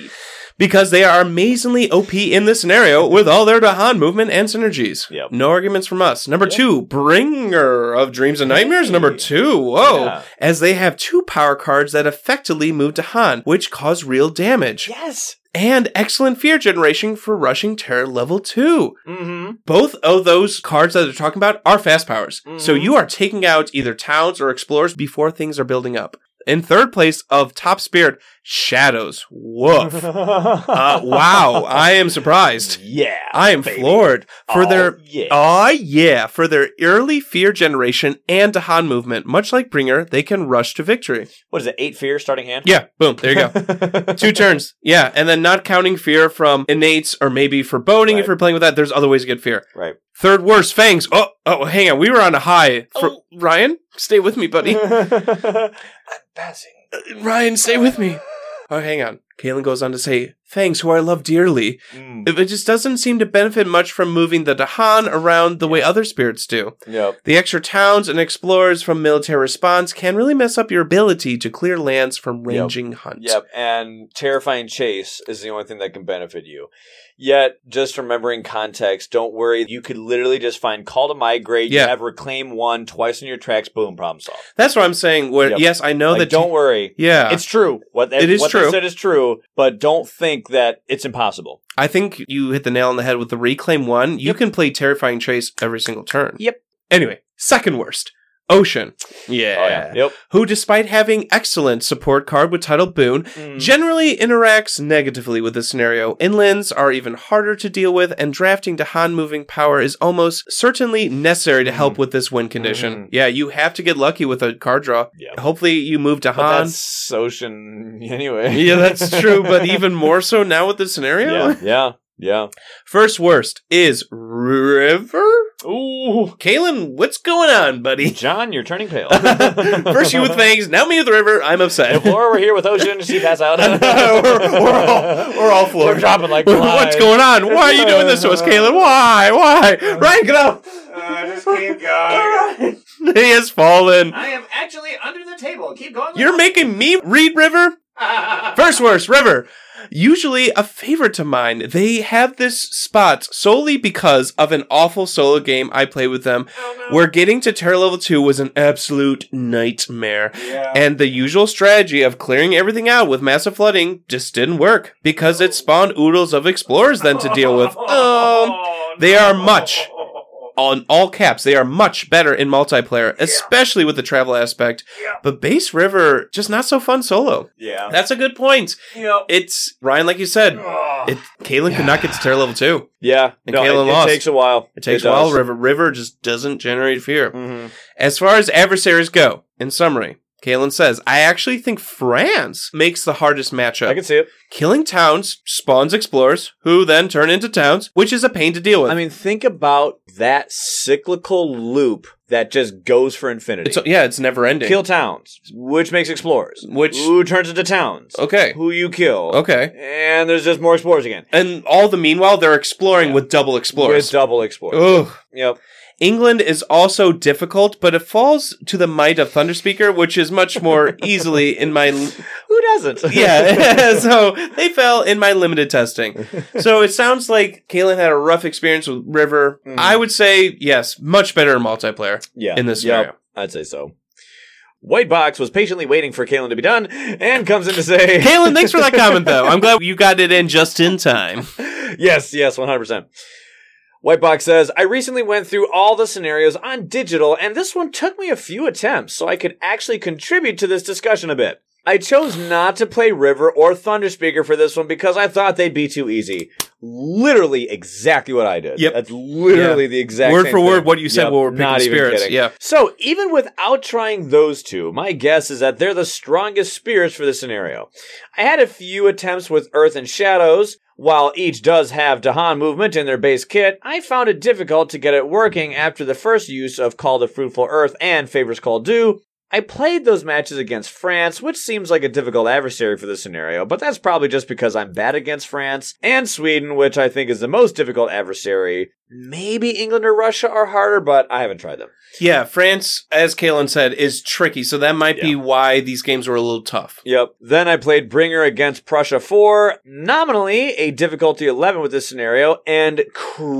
Speaker 2: Because they are amazingly OP in this scenario with all their Dahan movement and synergies.
Speaker 1: Yep.
Speaker 2: No arguments from us. Number
Speaker 1: Yep.
Speaker 2: two, Bringer of Dreams and Nightmares.
Speaker 1: Hey.
Speaker 2: Number two, whoa.
Speaker 1: Yeah.
Speaker 2: As they have two power cards that effectively move Dahan, which cause real damage.
Speaker 1: Yes.
Speaker 2: And excellent fear generation for rushing terror level two.
Speaker 1: Mm-hmm.
Speaker 2: Both of those cards that they're talking about are fast powers. So
Speaker 1: Mhm.
Speaker 2: you are taking out either towns or explorers before things are building up. In third place of top spirit, Shadows. Woof. Uh, wow, I am surprised.
Speaker 1: Yeah.
Speaker 2: I am
Speaker 1: baby.
Speaker 2: floored for
Speaker 1: Oh,
Speaker 2: their. uh,
Speaker 1: yeah.
Speaker 2: Aw, yeah, for their early fear generation and Dahan movement. Much like Bringer, they can rush to victory.
Speaker 1: what is it? Eight fear starting hand.
Speaker 2: Yeah, boom, there you go.
Speaker 1: go.
Speaker 2: Two turns. Yeah, and then not counting fear from innates or maybe foreboding if
Speaker 1: Right.
Speaker 2: you're playing with that. There's other ways to get fear.
Speaker 1: Right.
Speaker 2: Third worst, Fangs. Oh, oh, hang on. We were on a high. For-
Speaker 1: Oh.
Speaker 2: Ryan, stay with me, buddy.
Speaker 1: I'm passing.
Speaker 2: Ryan, stay with me. Oh, hang on. Kaylin goes on to say, Fangs, who I love dearly,
Speaker 1: Mm.
Speaker 2: It it just doesn't seem to benefit much from moving the Dahan around the way other spirits do.
Speaker 1: Yep.
Speaker 2: The extra towns and explorers from military response can really mess up your ability to clear lands from ranging hunts.
Speaker 1: Yep. And terrifying chase is the only thing that can benefit you. Yet, just remembering context, don't worry. You could literally just find call to migrate.
Speaker 2: Yeah.
Speaker 1: You have reclaim one twice in your tracks. Boom. Problem solved.
Speaker 2: That's what I'm saying. Where
Speaker 1: Yep.
Speaker 2: yes, I know
Speaker 1: Like,
Speaker 2: that.
Speaker 1: don't worry.
Speaker 2: yeah,
Speaker 1: It's true. What
Speaker 2: It is
Speaker 1: what
Speaker 2: true.
Speaker 1: They said is true, but don't think that it's impossible.
Speaker 2: I think you hit the nail on the head with the reclaim one. You
Speaker 1: Yep.
Speaker 2: can play terrifying chase every single turn.
Speaker 1: Yep.
Speaker 2: Anyway, second worst, ocean. Yeah.
Speaker 1: Oh yeah. Yep.
Speaker 2: Who, despite having excellent support card with title boon,
Speaker 1: Mm.
Speaker 2: Hmm. generally interacts negatively with this scenario. Inlands are even harder to deal with, and drafting to Han moving power is almost certainly necessary to help
Speaker 1: Mhm.
Speaker 2: with this win condition.
Speaker 1: Mhm.
Speaker 2: Yeah, you have to get lucky with a card draw.
Speaker 1: yeah.
Speaker 2: Hopefully, you move to
Speaker 1: But
Speaker 2: Han.
Speaker 1: that's ocean anyway.
Speaker 2: yeah, that's true, but even more so now with this scenario.
Speaker 1: yeah, yeah, yeah.
Speaker 2: First worst is River.
Speaker 1: Ooh,
Speaker 2: Kalen, what's going on, buddy?
Speaker 1: John, you're turning pale.
Speaker 2: First you with fangs, now me with River. I'm upset.
Speaker 1: If Laura were here with Ocean, she'd pass out.
Speaker 2: We're- we're all- we're all floored.
Speaker 1: We're dropping like flies.
Speaker 2: What's going on? Why are you doing this to us, Kalen? Why? Why? Ryan, get up.
Speaker 4: I Uh, just keep going.
Speaker 2: he has fallen.
Speaker 4: I am actually under the table. Keep going.
Speaker 2: You're making me read River? First worst, River. Usually a favorite of mine. They have this spot solely because of an awful solo game I play with them where getting to Terra level 2 was an absolute nightmare.
Speaker 4: yeah.
Speaker 2: And the usual strategy of clearing everything out with massive flooding just didn't work because it spawned oodles of explorers then to deal with. Um,
Speaker 4: Oh,
Speaker 2: they are much- on all caps, they are much better in multiplayer, especially with the travel aspect.
Speaker 4: Yeah.
Speaker 2: But base river just not so fun solo.
Speaker 1: Yeah.
Speaker 2: That's a good point. It's Ryan, like you said,
Speaker 4: Oh.
Speaker 2: it Kalen could not get to terror level two.
Speaker 1: Yeah.
Speaker 2: And Kayla
Speaker 1: it, it
Speaker 2: lost.
Speaker 1: takes a while.
Speaker 2: It takes
Speaker 1: It
Speaker 2: a while.
Speaker 1: does.
Speaker 2: River River just doesn't generate fear.
Speaker 1: Mhm.
Speaker 2: As far as adversaries go, in summary. Kalen says, I actually think France makes the hardest matchup.
Speaker 1: I can see it.
Speaker 2: Killing towns spawns explorers, who then turn into towns, which is a pain to deal with.
Speaker 1: I mean, think about that cyclical loop that just goes for infinity.
Speaker 2: It's yeah, it's never ending.
Speaker 1: kill towns, which makes explorers,
Speaker 2: Which-
Speaker 1: who turns into towns.
Speaker 2: Okay.
Speaker 1: who you kill.
Speaker 2: Okay.
Speaker 1: and there's just more explorers again.
Speaker 2: And all the meanwhile, they're exploring with double
Speaker 1: With
Speaker 2: explorers.
Speaker 1: double explorers.
Speaker 2: Ugh.
Speaker 1: Yep.
Speaker 2: England is also difficult, but it falls to the might of Thunderspeaker, which is much more easily in my
Speaker 1: Who doesn't?
Speaker 2: yeah. so they fell in my limited testing. So it sounds like Kalen had a rough experience with River.
Speaker 1: Mhm.
Speaker 2: I would say yes, much better in multiplayer
Speaker 1: yeah.
Speaker 2: in this
Speaker 1: Yep.
Speaker 2: scenario.
Speaker 1: I'd say so. White Box was patiently waiting for Kalen to be done and comes in to say,
Speaker 2: Kalen, thanks for that comment though. I'm glad you got it in just in time.
Speaker 1: yes, yes, 100%. White Box says, I recently went through all the scenarios on digital, and this one took me a few attempts so I could actually contribute to this discussion a bit. I chose not to play River or Thunderspeaker for this one because I thought they'd be too easy. Literally exactly what I did.
Speaker 2: Yep.
Speaker 1: That's literally the exact
Speaker 2: word
Speaker 1: same
Speaker 2: for word,
Speaker 1: thing.
Speaker 2: what you said
Speaker 1: Yep,
Speaker 2: while we're picking
Speaker 1: not even
Speaker 2: spirits.
Speaker 1: kidding.
Speaker 2: Yeah.
Speaker 1: So even without trying those two, my guess is that they're the strongest spirits for this scenario. I had a few attempts with Earth and Shadows. While each does have Dahan movement in their base kit, I found it difficult to get it working after the first use of Call to Fruitful Earth and Favors Call Due. I played those matches against France, which seems like a difficult adversary for this scenario, but that's probably just because I'm bad against France, and Sweden, which I think is the most difficult adversary. Maybe England or Russia are harder, but I haven't tried them.
Speaker 2: Yeah, France, as Kalen said, is tricky. So that might be
Speaker 1: Yeah.
Speaker 2: why these games were a little tough.
Speaker 1: Yep. Then I played Bringer against Prussia 4, nominally a difficulty 11 with this scenario, and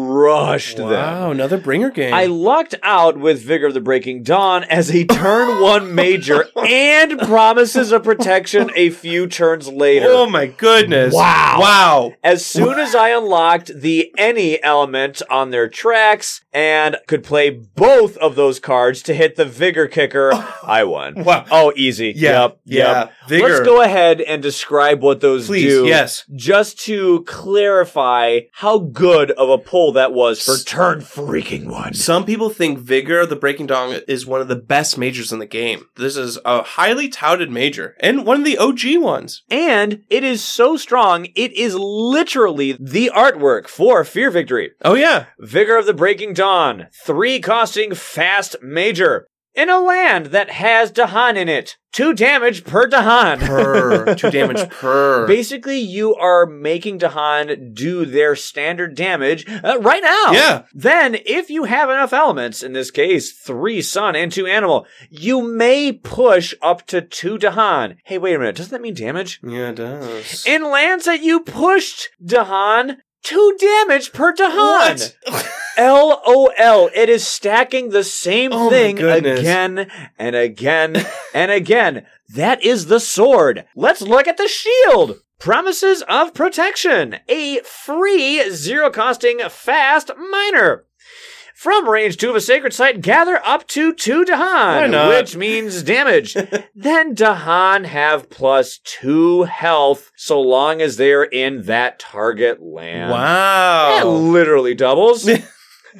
Speaker 1: crushed
Speaker 2: Wow,
Speaker 1: them.
Speaker 2: another bringer game.
Speaker 1: I lucked out with Vigor of the Breaking Dawn as a turn one major and promises of protection a few turns later.
Speaker 2: oh my goodness.
Speaker 1: Wow.
Speaker 2: Wow.
Speaker 1: As soon as I unlocked the any element on their tracks and could play both of those cards to hit the vigor kicker, I won.
Speaker 2: Wow.
Speaker 1: Oh, easy.
Speaker 2: Yeah.
Speaker 1: Yep.
Speaker 2: Yeah.
Speaker 1: Yep.
Speaker 2: Vigor.
Speaker 1: Let's go ahead and describe what those
Speaker 2: Please,
Speaker 1: do.
Speaker 2: yes.
Speaker 1: Just to clarify how good of a pull that was for turn freaking one.
Speaker 2: Some people think Vigor of the Breaking Dawn is one of the best majors in the game. This is a highly touted major and one of the OG ones.
Speaker 1: And it is so strong, it is literally the artwork for Fear Victory.
Speaker 2: Oh yeah.
Speaker 1: Vigor of the Breaking Dawn, three costing fast major. In a land that has Dahan in it, two damage per Dahan.
Speaker 2: Per two damage per.
Speaker 1: Basically, you are making Dahan do their standard damage uh, right now.
Speaker 2: Yeah.
Speaker 1: Then, if you have enough elements, in this case, three sun and two animal, you may push up to two Dahan. Hey, wait a minute. Doesn't that mean damage?
Speaker 2: yeah, it does.
Speaker 1: In lands that you pushed Dahan, two damage per Dahan.
Speaker 2: What?
Speaker 1: LOL. It is stacking the same
Speaker 2: Oh my
Speaker 1: thing
Speaker 2: goodness.
Speaker 1: again and again and again. That is the sword. Let's look at the shield. Promises of Protection, a free, zero costing, fast miner. From range 2 of a sacred site, gather up to 2 Dahan,
Speaker 2: not?
Speaker 1: which means damage. then Dahan have plus 2 health so long as they're in that target land. That
Speaker 2: Wow.
Speaker 1: literally doubles.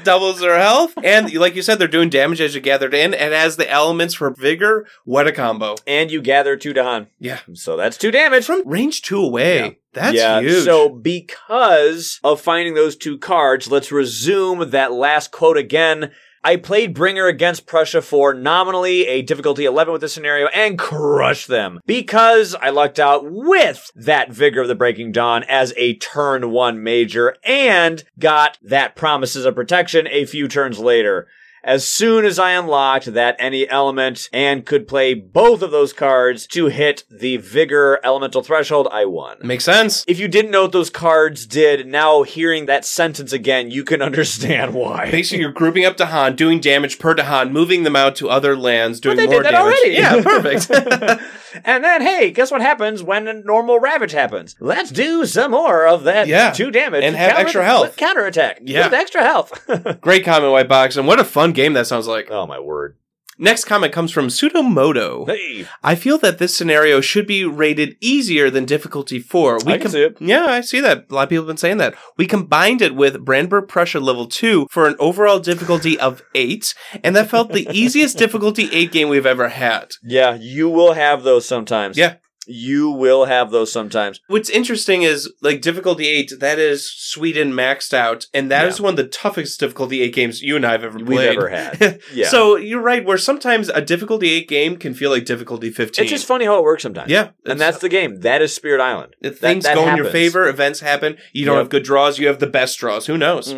Speaker 2: Doubles their health. And like you said, they're doing damage as you gathered in and as the elements for vigor. What a combo.
Speaker 1: and you gather two Dahan.
Speaker 2: Yeah.
Speaker 1: So that's two damage.
Speaker 2: From range two away.
Speaker 1: Yeah.
Speaker 2: That's
Speaker 1: yeah,
Speaker 2: huge.
Speaker 1: So because of finding those two cards, let's resume that last quote again. I played Bringer against Prussia for nominally a difficulty 11 with this scenario and crushed them because I lucked out with that Vigor of the Breaking Dawn as a turn one major and got that Promises of Protection a few turns later. As soon as I unlocked that any element and could play both of those cards to hit the Vigor elemental threshold, I won.
Speaker 2: Makes sense.
Speaker 1: If you didn't know what those cards did, now hearing that sentence again, you can understand why.
Speaker 2: Basically, you're grouping up Dahan, doing damage per Dahan, moving them out to other lands, doing
Speaker 1: they did
Speaker 2: more
Speaker 1: that
Speaker 2: damage.
Speaker 1: already.
Speaker 2: Yeah, perfect.
Speaker 1: And then, hey, guess what happens when a normal ravage happens? Let's do some more of that
Speaker 2: Yeah.
Speaker 1: two damage
Speaker 2: And have extra health.
Speaker 1: with counterattack.
Speaker 2: Yeah.
Speaker 1: with extra health.
Speaker 2: Great comment, White Box, and what a fun game that sounds like.
Speaker 1: oh my word!
Speaker 2: Next comment comes from Pseudomodo.
Speaker 1: Hey,
Speaker 2: I feel that this scenario should be rated easier than difficulty four.
Speaker 1: I can see it.
Speaker 2: Yeah, I see that. A lot of people have been saying that. We combined it with Brandenburg Prussia level two for an overall difficulty of eight, and that felt the easiest difficulty eight game we've ever had.
Speaker 1: yeah, you will have those sometimes.
Speaker 2: Yeah.
Speaker 1: You will have those sometimes.
Speaker 2: What's interesting is like difficulty eight. That is Sweden maxed out, and that is
Speaker 1: Yeah.
Speaker 2: one of the toughest difficulty eight games you and I have ever
Speaker 1: We've
Speaker 2: played.
Speaker 1: ever had. Yeah.
Speaker 2: So you're right. Where sometimes a difficulty eight game can feel like difficulty fifteen.
Speaker 1: it's just funny how it works sometimes.
Speaker 2: yeah,
Speaker 1: And that's the game. That is Spirit Island.
Speaker 2: the
Speaker 1: that-
Speaker 2: things
Speaker 1: that
Speaker 2: go in your
Speaker 1: happens.
Speaker 2: favor. Events happen. You don't
Speaker 1: Yep. Mm.
Speaker 2: have good draws. You have the best draws. Who knows?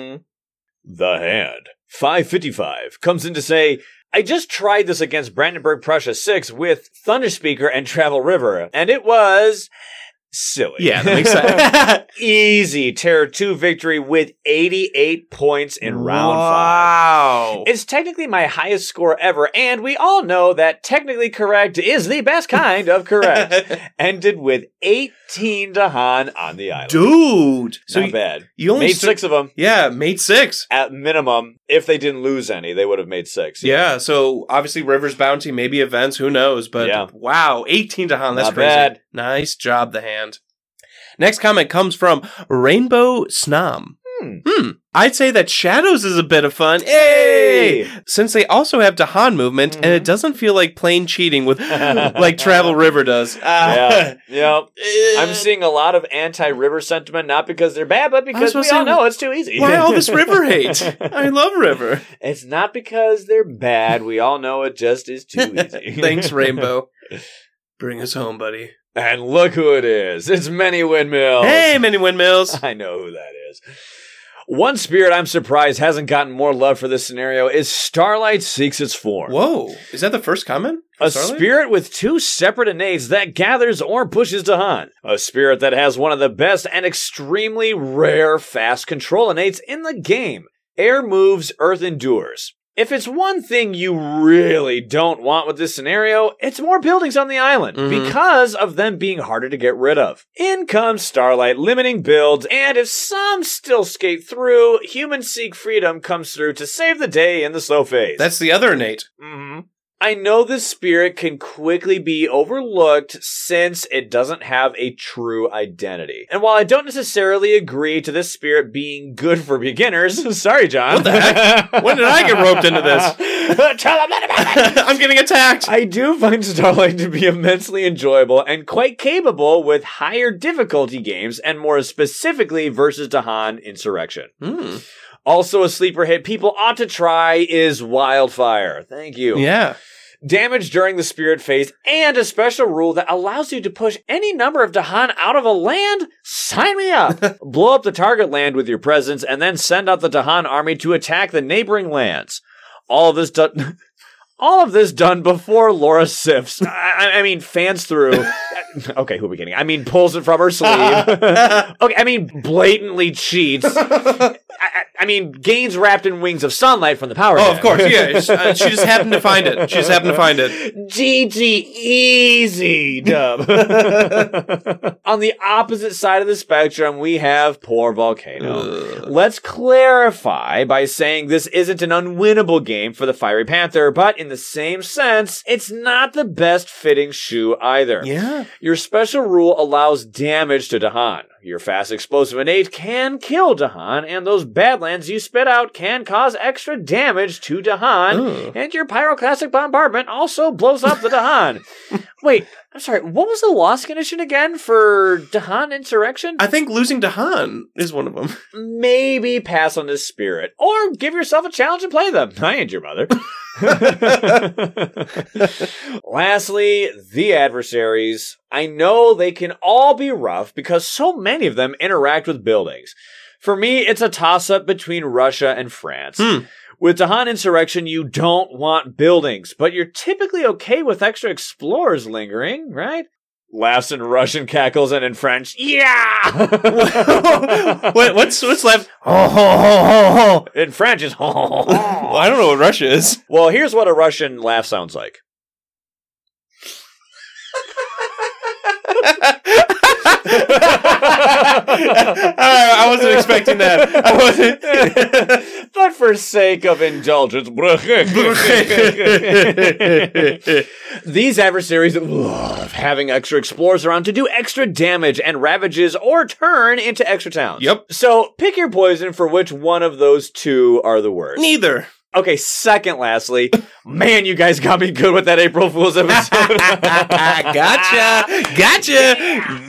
Speaker 1: The hand. 555 comes in to say, I just tried this against Brandenburg Prussia 6 with Thunderspeaker and Travel River, and it was silly.
Speaker 2: Yeah, that makes sense.
Speaker 1: Easy Terror 2 victory with 88 points in round 5.
Speaker 2: Wow.
Speaker 1: It's technically my highest score ever, and we all know that technically correct is the best kind of correct. Ended with 18 to Han on the island.
Speaker 2: Dude.
Speaker 1: so
Speaker 2: So
Speaker 1: Not
Speaker 2: you,
Speaker 1: bad.
Speaker 2: you only
Speaker 1: Made
Speaker 2: st-
Speaker 1: six of them.
Speaker 2: Yeah, made six.
Speaker 1: at minimum, if they didn't lose any, they would have made six.
Speaker 2: Yeah, so obviously Rivers Bounty, maybe events, who knows? But
Speaker 1: Yeah.
Speaker 2: wow, 18 to Han, that's
Speaker 1: Not
Speaker 2: crazy.
Speaker 1: bad.
Speaker 2: Nice job, the hand. Next comment comes from Rainbow Snom.
Speaker 1: Hmm.
Speaker 2: I'd say that Shadows is a bit of fun.
Speaker 1: Hey!
Speaker 2: Since they also have Dahan movement, and
Speaker 1: Mm-hmm.
Speaker 2: it doesn't feel like plain cheating with like Travel River does. Uh,
Speaker 1: Yeah. yeah.
Speaker 2: yeah.
Speaker 1: I'm seeing a lot of anti river sentiment, not because they're bad, but because we
Speaker 2: supposed
Speaker 1: all
Speaker 2: to say-
Speaker 1: know it's too easy.
Speaker 2: Why all this river hate? I love river.
Speaker 1: It's not because they're bad. We all know it just is too easy.
Speaker 2: Thanks, Rainbow. Bring us home, buddy.
Speaker 1: And look who it is. It's Many Windmills.
Speaker 2: Hey, mini windmills.
Speaker 1: I know who that is. One spirit I'm surprised hasn't gotten more love for this scenario is Starlight Seeks Its Form.
Speaker 2: Whoa, is that the first comment? for
Speaker 1: A
Speaker 2: Starlight?
Speaker 1: spirit with two separate innates that gathers or pushes to hunt. A spirit that has one of the best and extremely rare fast control innates in the game. Air moves, earth endures. If it's one thing you really don't want with this scenario, it's more buildings on the island
Speaker 2: Mhm.
Speaker 1: because of them being harder to get rid of. In comes Starlight, limiting builds, and if some still skate through, human seek freedom comes through to save the day in the slow phase.
Speaker 2: That's the other Nate.
Speaker 1: Mm-hmm. I know this spirit can quickly be overlooked since it doesn't have a true identity. And while I don't necessarily agree to this spirit being good for beginners, sorry, John.
Speaker 2: What the heck? When did I get roped into this?
Speaker 1: Tell them that about it.
Speaker 2: I'm getting attacked.
Speaker 1: I do find Starlight to be immensely enjoyable and quite capable with higher difficulty games, and more specifically versus Dahan Insurrection.
Speaker 2: Hmm.
Speaker 1: Also, a sleeper hit people ought to try is Wildfire. Thank you
Speaker 2: Yeah.
Speaker 1: damage during the spirit phase, and a special rule that allows you to push any number of Dahan out of a land? Sign me up! Blow up the target land with your presence, and then send out the Dahan army to attack the neighboring lands. All of this done. All of this done before Laura sifts. I, I- I mean, fans through. okay, who are we kidding? I mean, pulls it from her sleeve. okay, I mean, blatantly cheats. I, I, I mean, gains wrapped in wings of sunlight from the power.
Speaker 2: Oh,
Speaker 1: grid.
Speaker 2: of course. Yeah. it's- uh, She just happened to find it. She just happened to find it.
Speaker 1: GG easy dub. E On the opposite side of the spectrum, we have poor Volcano. Let's clarify by saying this isn't an unwinnable game for the Fiery Panther, but in the same sense, it's not the best fitting shoe either.
Speaker 2: Yeah.
Speaker 1: Your special rule allows damage to Dahan. Your fast explosive innate can kill Dahan, and those Badlands you spit out can cause extra damage to Dahan,
Speaker 2: Ooh.
Speaker 1: and your pyroclastic bombardment also blows up the Dahan. Wait, I'm sorry, what was the loss condition again for Dahan Insurrection?
Speaker 2: I think losing to Han is one of them.
Speaker 1: Maybe pass on this spirit, or give yourself a challenge and play them. I ain't your mother. Lastly, the adversaries. I know they can all be rough because so many of them interact with buildings. For me, it's a toss up between Russia and France.
Speaker 2: Hmm.
Speaker 1: With the Han insurrection, you don't want buildings, but you're typically okay with extra explorers lingering, right? Laughs in Russian cackles and in French, yeah!
Speaker 2: what, what's what's left? Oh, ho, ho, ho, ho.
Speaker 1: in French is,
Speaker 2: Well, I don't know what Russia is.
Speaker 1: well, here's what a Russian laugh sounds like.
Speaker 2: I wasn't expecting that. I wasn't.
Speaker 1: but for sake of indulgence, these adversaries love having extra explorers around to do extra damage and ravages or turn into extra towns.
Speaker 2: Yep.
Speaker 1: So pick your poison for which one of those two are the worst.
Speaker 2: Neither.
Speaker 1: Okay, second lastly, man, you guys got me good with that April Fool's episode.
Speaker 2: gotcha. Gotcha.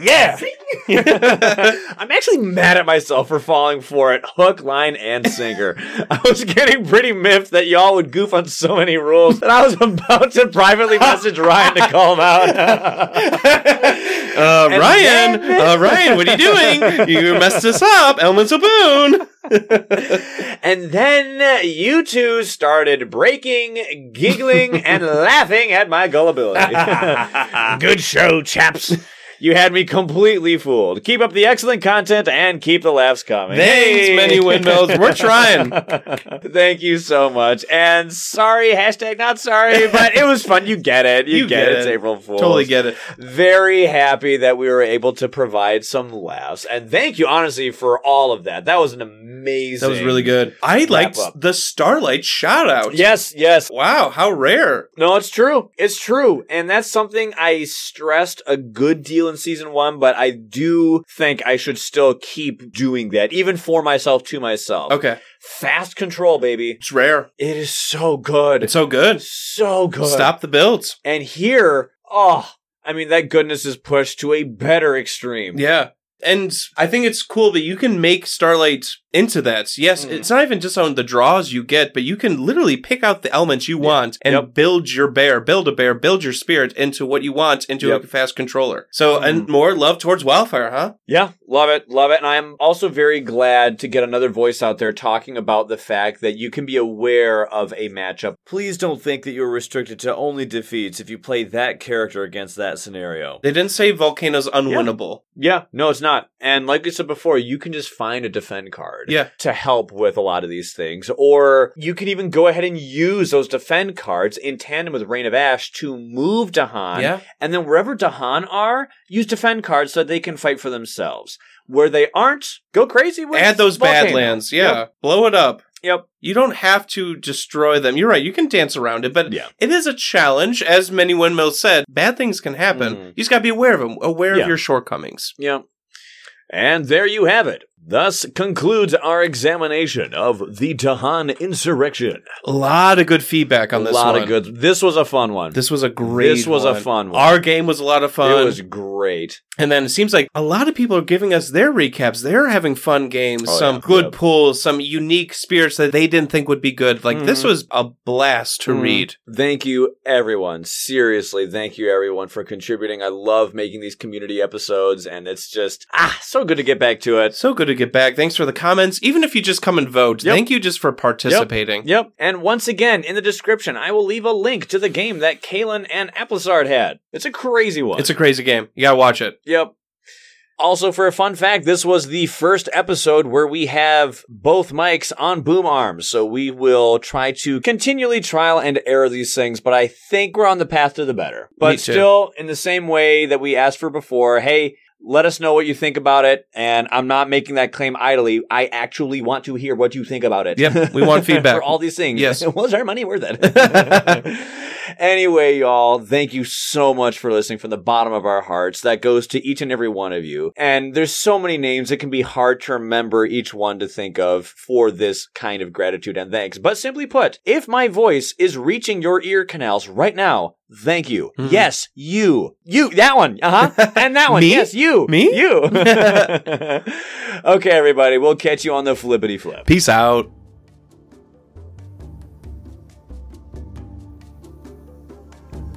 Speaker 2: Yeah.
Speaker 1: I'm actually mad at myself for falling for it hook, line, and sinker. I was getting pretty miffed that y'all would goof on so many rules that I was about to privately message Ryan to call him out.
Speaker 2: Uh,
Speaker 1: And
Speaker 2: Ryan,
Speaker 1: then-
Speaker 2: uh, Ryan, what are you doing? You messed us up, Elements of Boone.
Speaker 1: and then you two started breaking, giggling, and laughing at my gullibility. Good show, chaps. You had me completely fooled. Keep up the excellent content and keep the laughs coming.
Speaker 2: Thanks,
Speaker 1: Hey!
Speaker 2: many windmills. We're trying.
Speaker 1: Thank you so much. And sorry, hashtag not sorry, but it was fun. You get it. You,
Speaker 2: You
Speaker 1: get,
Speaker 2: get
Speaker 1: it. It's
Speaker 2: it.
Speaker 1: April Fool's.
Speaker 2: Totally get it.
Speaker 1: Very happy that we were able to provide some laughs. And thank you, honestly, for all of that. That was an amazing.
Speaker 2: That was really good. I liked
Speaker 1: up.
Speaker 2: the Starlight shout out.
Speaker 1: Yes, yes.
Speaker 2: Wow, how rare.
Speaker 1: No, it's true. It's true. And that's something I stressed a good deal in season one, but I do think I should still keep doing that, even for myself to myself.
Speaker 2: Okay.
Speaker 1: Fast control, baby.
Speaker 2: It's rare.
Speaker 1: It is so good.
Speaker 2: It's so good.
Speaker 1: so good.
Speaker 2: Stop the builds.
Speaker 1: And here, oh, I mean, that goodness is pushed to a better extreme.
Speaker 2: Yeah. And I think it's cool that you can make Starlight into that. Yes,
Speaker 1: Mm.
Speaker 2: it's not even just on the draws you get, but you can literally pick out the elements you want and
Speaker 1: Yep.
Speaker 2: build your bear, build a bear, build your spirit into what you want into a
Speaker 1: Yep.
Speaker 2: fast controller. So,
Speaker 1: Mm.
Speaker 2: and more love towards Wildfire, huh?
Speaker 1: Yeah, love it, love it. And I'm also very glad to get another voice out there talking about the fact that you can be aware of a matchup. Please don't think that you're restricted to only defeats if you play that character against that scenario.
Speaker 2: They didn't say Volcano's unwinnable.
Speaker 1: Yeah, no, it's not. And like I said before, you can just find a defend card
Speaker 2: Yeah.
Speaker 1: to help with a lot of these things. Or you can even go ahead and use those defend cards in tandem with Reign of Ash to move Dahan
Speaker 2: Yeah.
Speaker 1: and then wherever Dahan are, use defend cards so that they can fight for themselves. Where they aren't, go crazy with
Speaker 2: Add those
Speaker 1: Volcano.
Speaker 2: Badlands. Yeah. Blow it up.
Speaker 1: Yep.
Speaker 2: You don't have to destroy them. You're right. You can dance around it, but
Speaker 1: Yeah.
Speaker 2: it is a challenge. As many windmills said, bad things can happen.
Speaker 1: Mhm.
Speaker 2: You just got to be aware of them, aware
Speaker 1: Yeah.
Speaker 2: of your shortcomings.
Speaker 1: Yeah. And there you have it. Thus concludes our examination of the Dahan insurrection.
Speaker 2: A lot of good feedback on
Speaker 1: a
Speaker 2: this
Speaker 1: lot
Speaker 2: one.
Speaker 1: of good. This was a fun one.
Speaker 2: This was a great.
Speaker 1: This was a fun one.
Speaker 2: Our game was a lot of fun.
Speaker 1: It was great.
Speaker 2: And then it seems like a lot of people are giving us their recaps. They're having fun games,
Speaker 1: Oh,
Speaker 2: some
Speaker 1: yeah.
Speaker 2: good
Speaker 1: Yep.
Speaker 2: pulls, some unique spirits that they didn't think would be good. Like this
Speaker 1: Mhm.
Speaker 2: was a blast to
Speaker 1: Mhm.
Speaker 2: read.
Speaker 1: Thank you, everyone. Seriously, thank you, everyone, for contributing. I love making these community episodes, and it's just, ah, so good to get back to it.
Speaker 2: So good to get back. Thanks for the comments. Even if you just come and vote,
Speaker 1: Yep.
Speaker 2: thank you just for participating.
Speaker 1: Yep. And once again, in the description, I will leave a link to the game that Kalen and Applesard had. It's a crazy one.
Speaker 2: It's a crazy game. You gotta watch it.
Speaker 1: Yep. Also, for a fun fact, this was the first episode where we have both mics on boom arms. So we will try to continually trial and error these things, but I think we're on the path to the better. But
Speaker 2: too.
Speaker 1: still, in the same way that we asked for before, hey, let us know what you think about it. And I'm not making that claim idly. I actually want to hear what you think about it.
Speaker 2: Yep, we want feedback.
Speaker 1: for all these things.
Speaker 2: Yes.
Speaker 1: Was our money worth it? anyway, y'all, thank you so much for listening from the bottom of our hearts. That goes to each and every one of you. And there's so many names, it can be hard to remember each one to think of for this kind of gratitude and thanks. But simply put, if my voice is reaching your ear canals right now, thank you.
Speaker 2: Mhm.
Speaker 1: Yes, you. You, that one. Uh huh. And that one.
Speaker 2: Me?
Speaker 1: Yes, you.
Speaker 2: Me?
Speaker 1: You. okay, everybody, we'll catch you on the flippity flip.
Speaker 2: Peace out.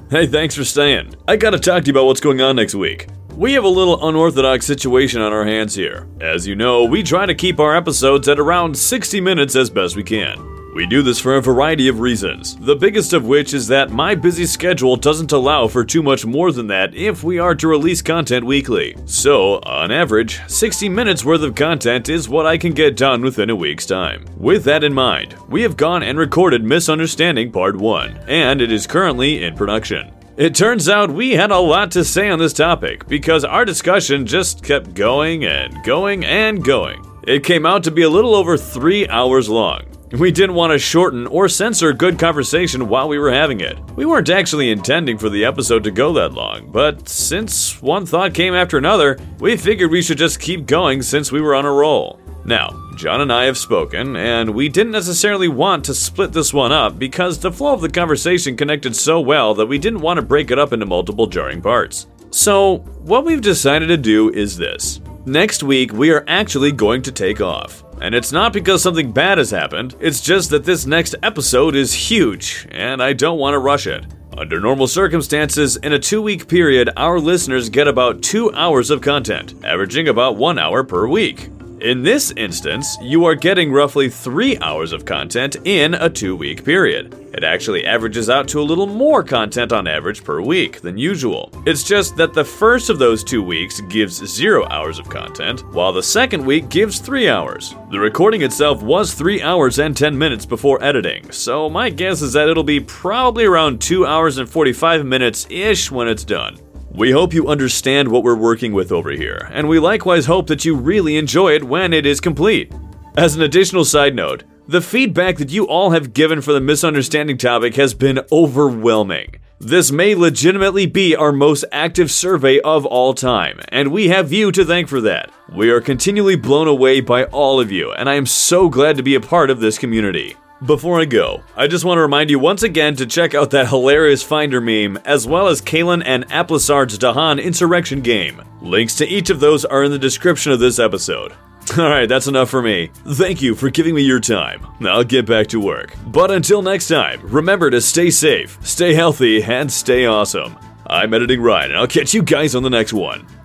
Speaker 3: Hey, thanks for staying. I gotta talk to you about what's going on next week. We have a little unorthodox situation on our hands here. As you know, we try to keep our episodes at around 60 minutes as best we can. We do this for a variety of reasons, the biggest of which is that my busy schedule doesn't allow for too much more than that if we are to release content weekly. So, on average, 60 minutes worth of content is what I can get done within a week's time. With that in mind, we have gone and recorded Misunderstanding Part 1, and it is currently in production. It turns out we had a lot to say on this topic because our discussion just kept going and going and going. It came out to be a little over three hours long. We didn't want to shorten or censor good conversation while we were having it. We weren't actually intending for the episode to go that long, but since one thought came after another, we figured we should just keep going since we were on a roll. Now, John and I have spoken, and we didn't necessarily want to split this one up because the flow of the conversation connected so well that we didn't want to break it up into multiple jarring parts. So, what we've decided to do is this. Next week, we are actually going to take off. And it's not because something bad has happened, it's just that this next episode is huge, and I don't want to rush it. Under normal circumstances, in a two week period, our listeners get about two hours of content, averaging about one hour per week. In this instance, you are getting roughly three hours of content in a two week period. It actually averages out to a little more content on average per week than usual. It's just that the first of those two weeks gives zero hours of content, while the second week gives three hours. The recording itself was three hours and 10 minutes before editing, so my guess is that it'll be probably around two hours and 45 minutes ish when it's done. We hope you understand what we're working with over here, and we likewise hope that you really enjoy it when it is complete. As an additional side note, the feedback that you all have given for the misunderstanding topic has been overwhelming. This may legitimately be our most active survey of all time, and we have you to thank for that. We are continually blown away by all of you, and I am so glad to be a part of this community. Before I go, I just want to remind you once again to check out that hilarious Finder meme, as well as Kalen and Aplisard's Dahan Insurrection game. Links to each of those are in the description of this episode. Alright, that's enough for me. Thank you for giving me your time. I'll get back to work. But until next time, remember to stay safe, stay healthy, and stay awesome. I'm Editing Ryan, and I'll catch you guys on the next one.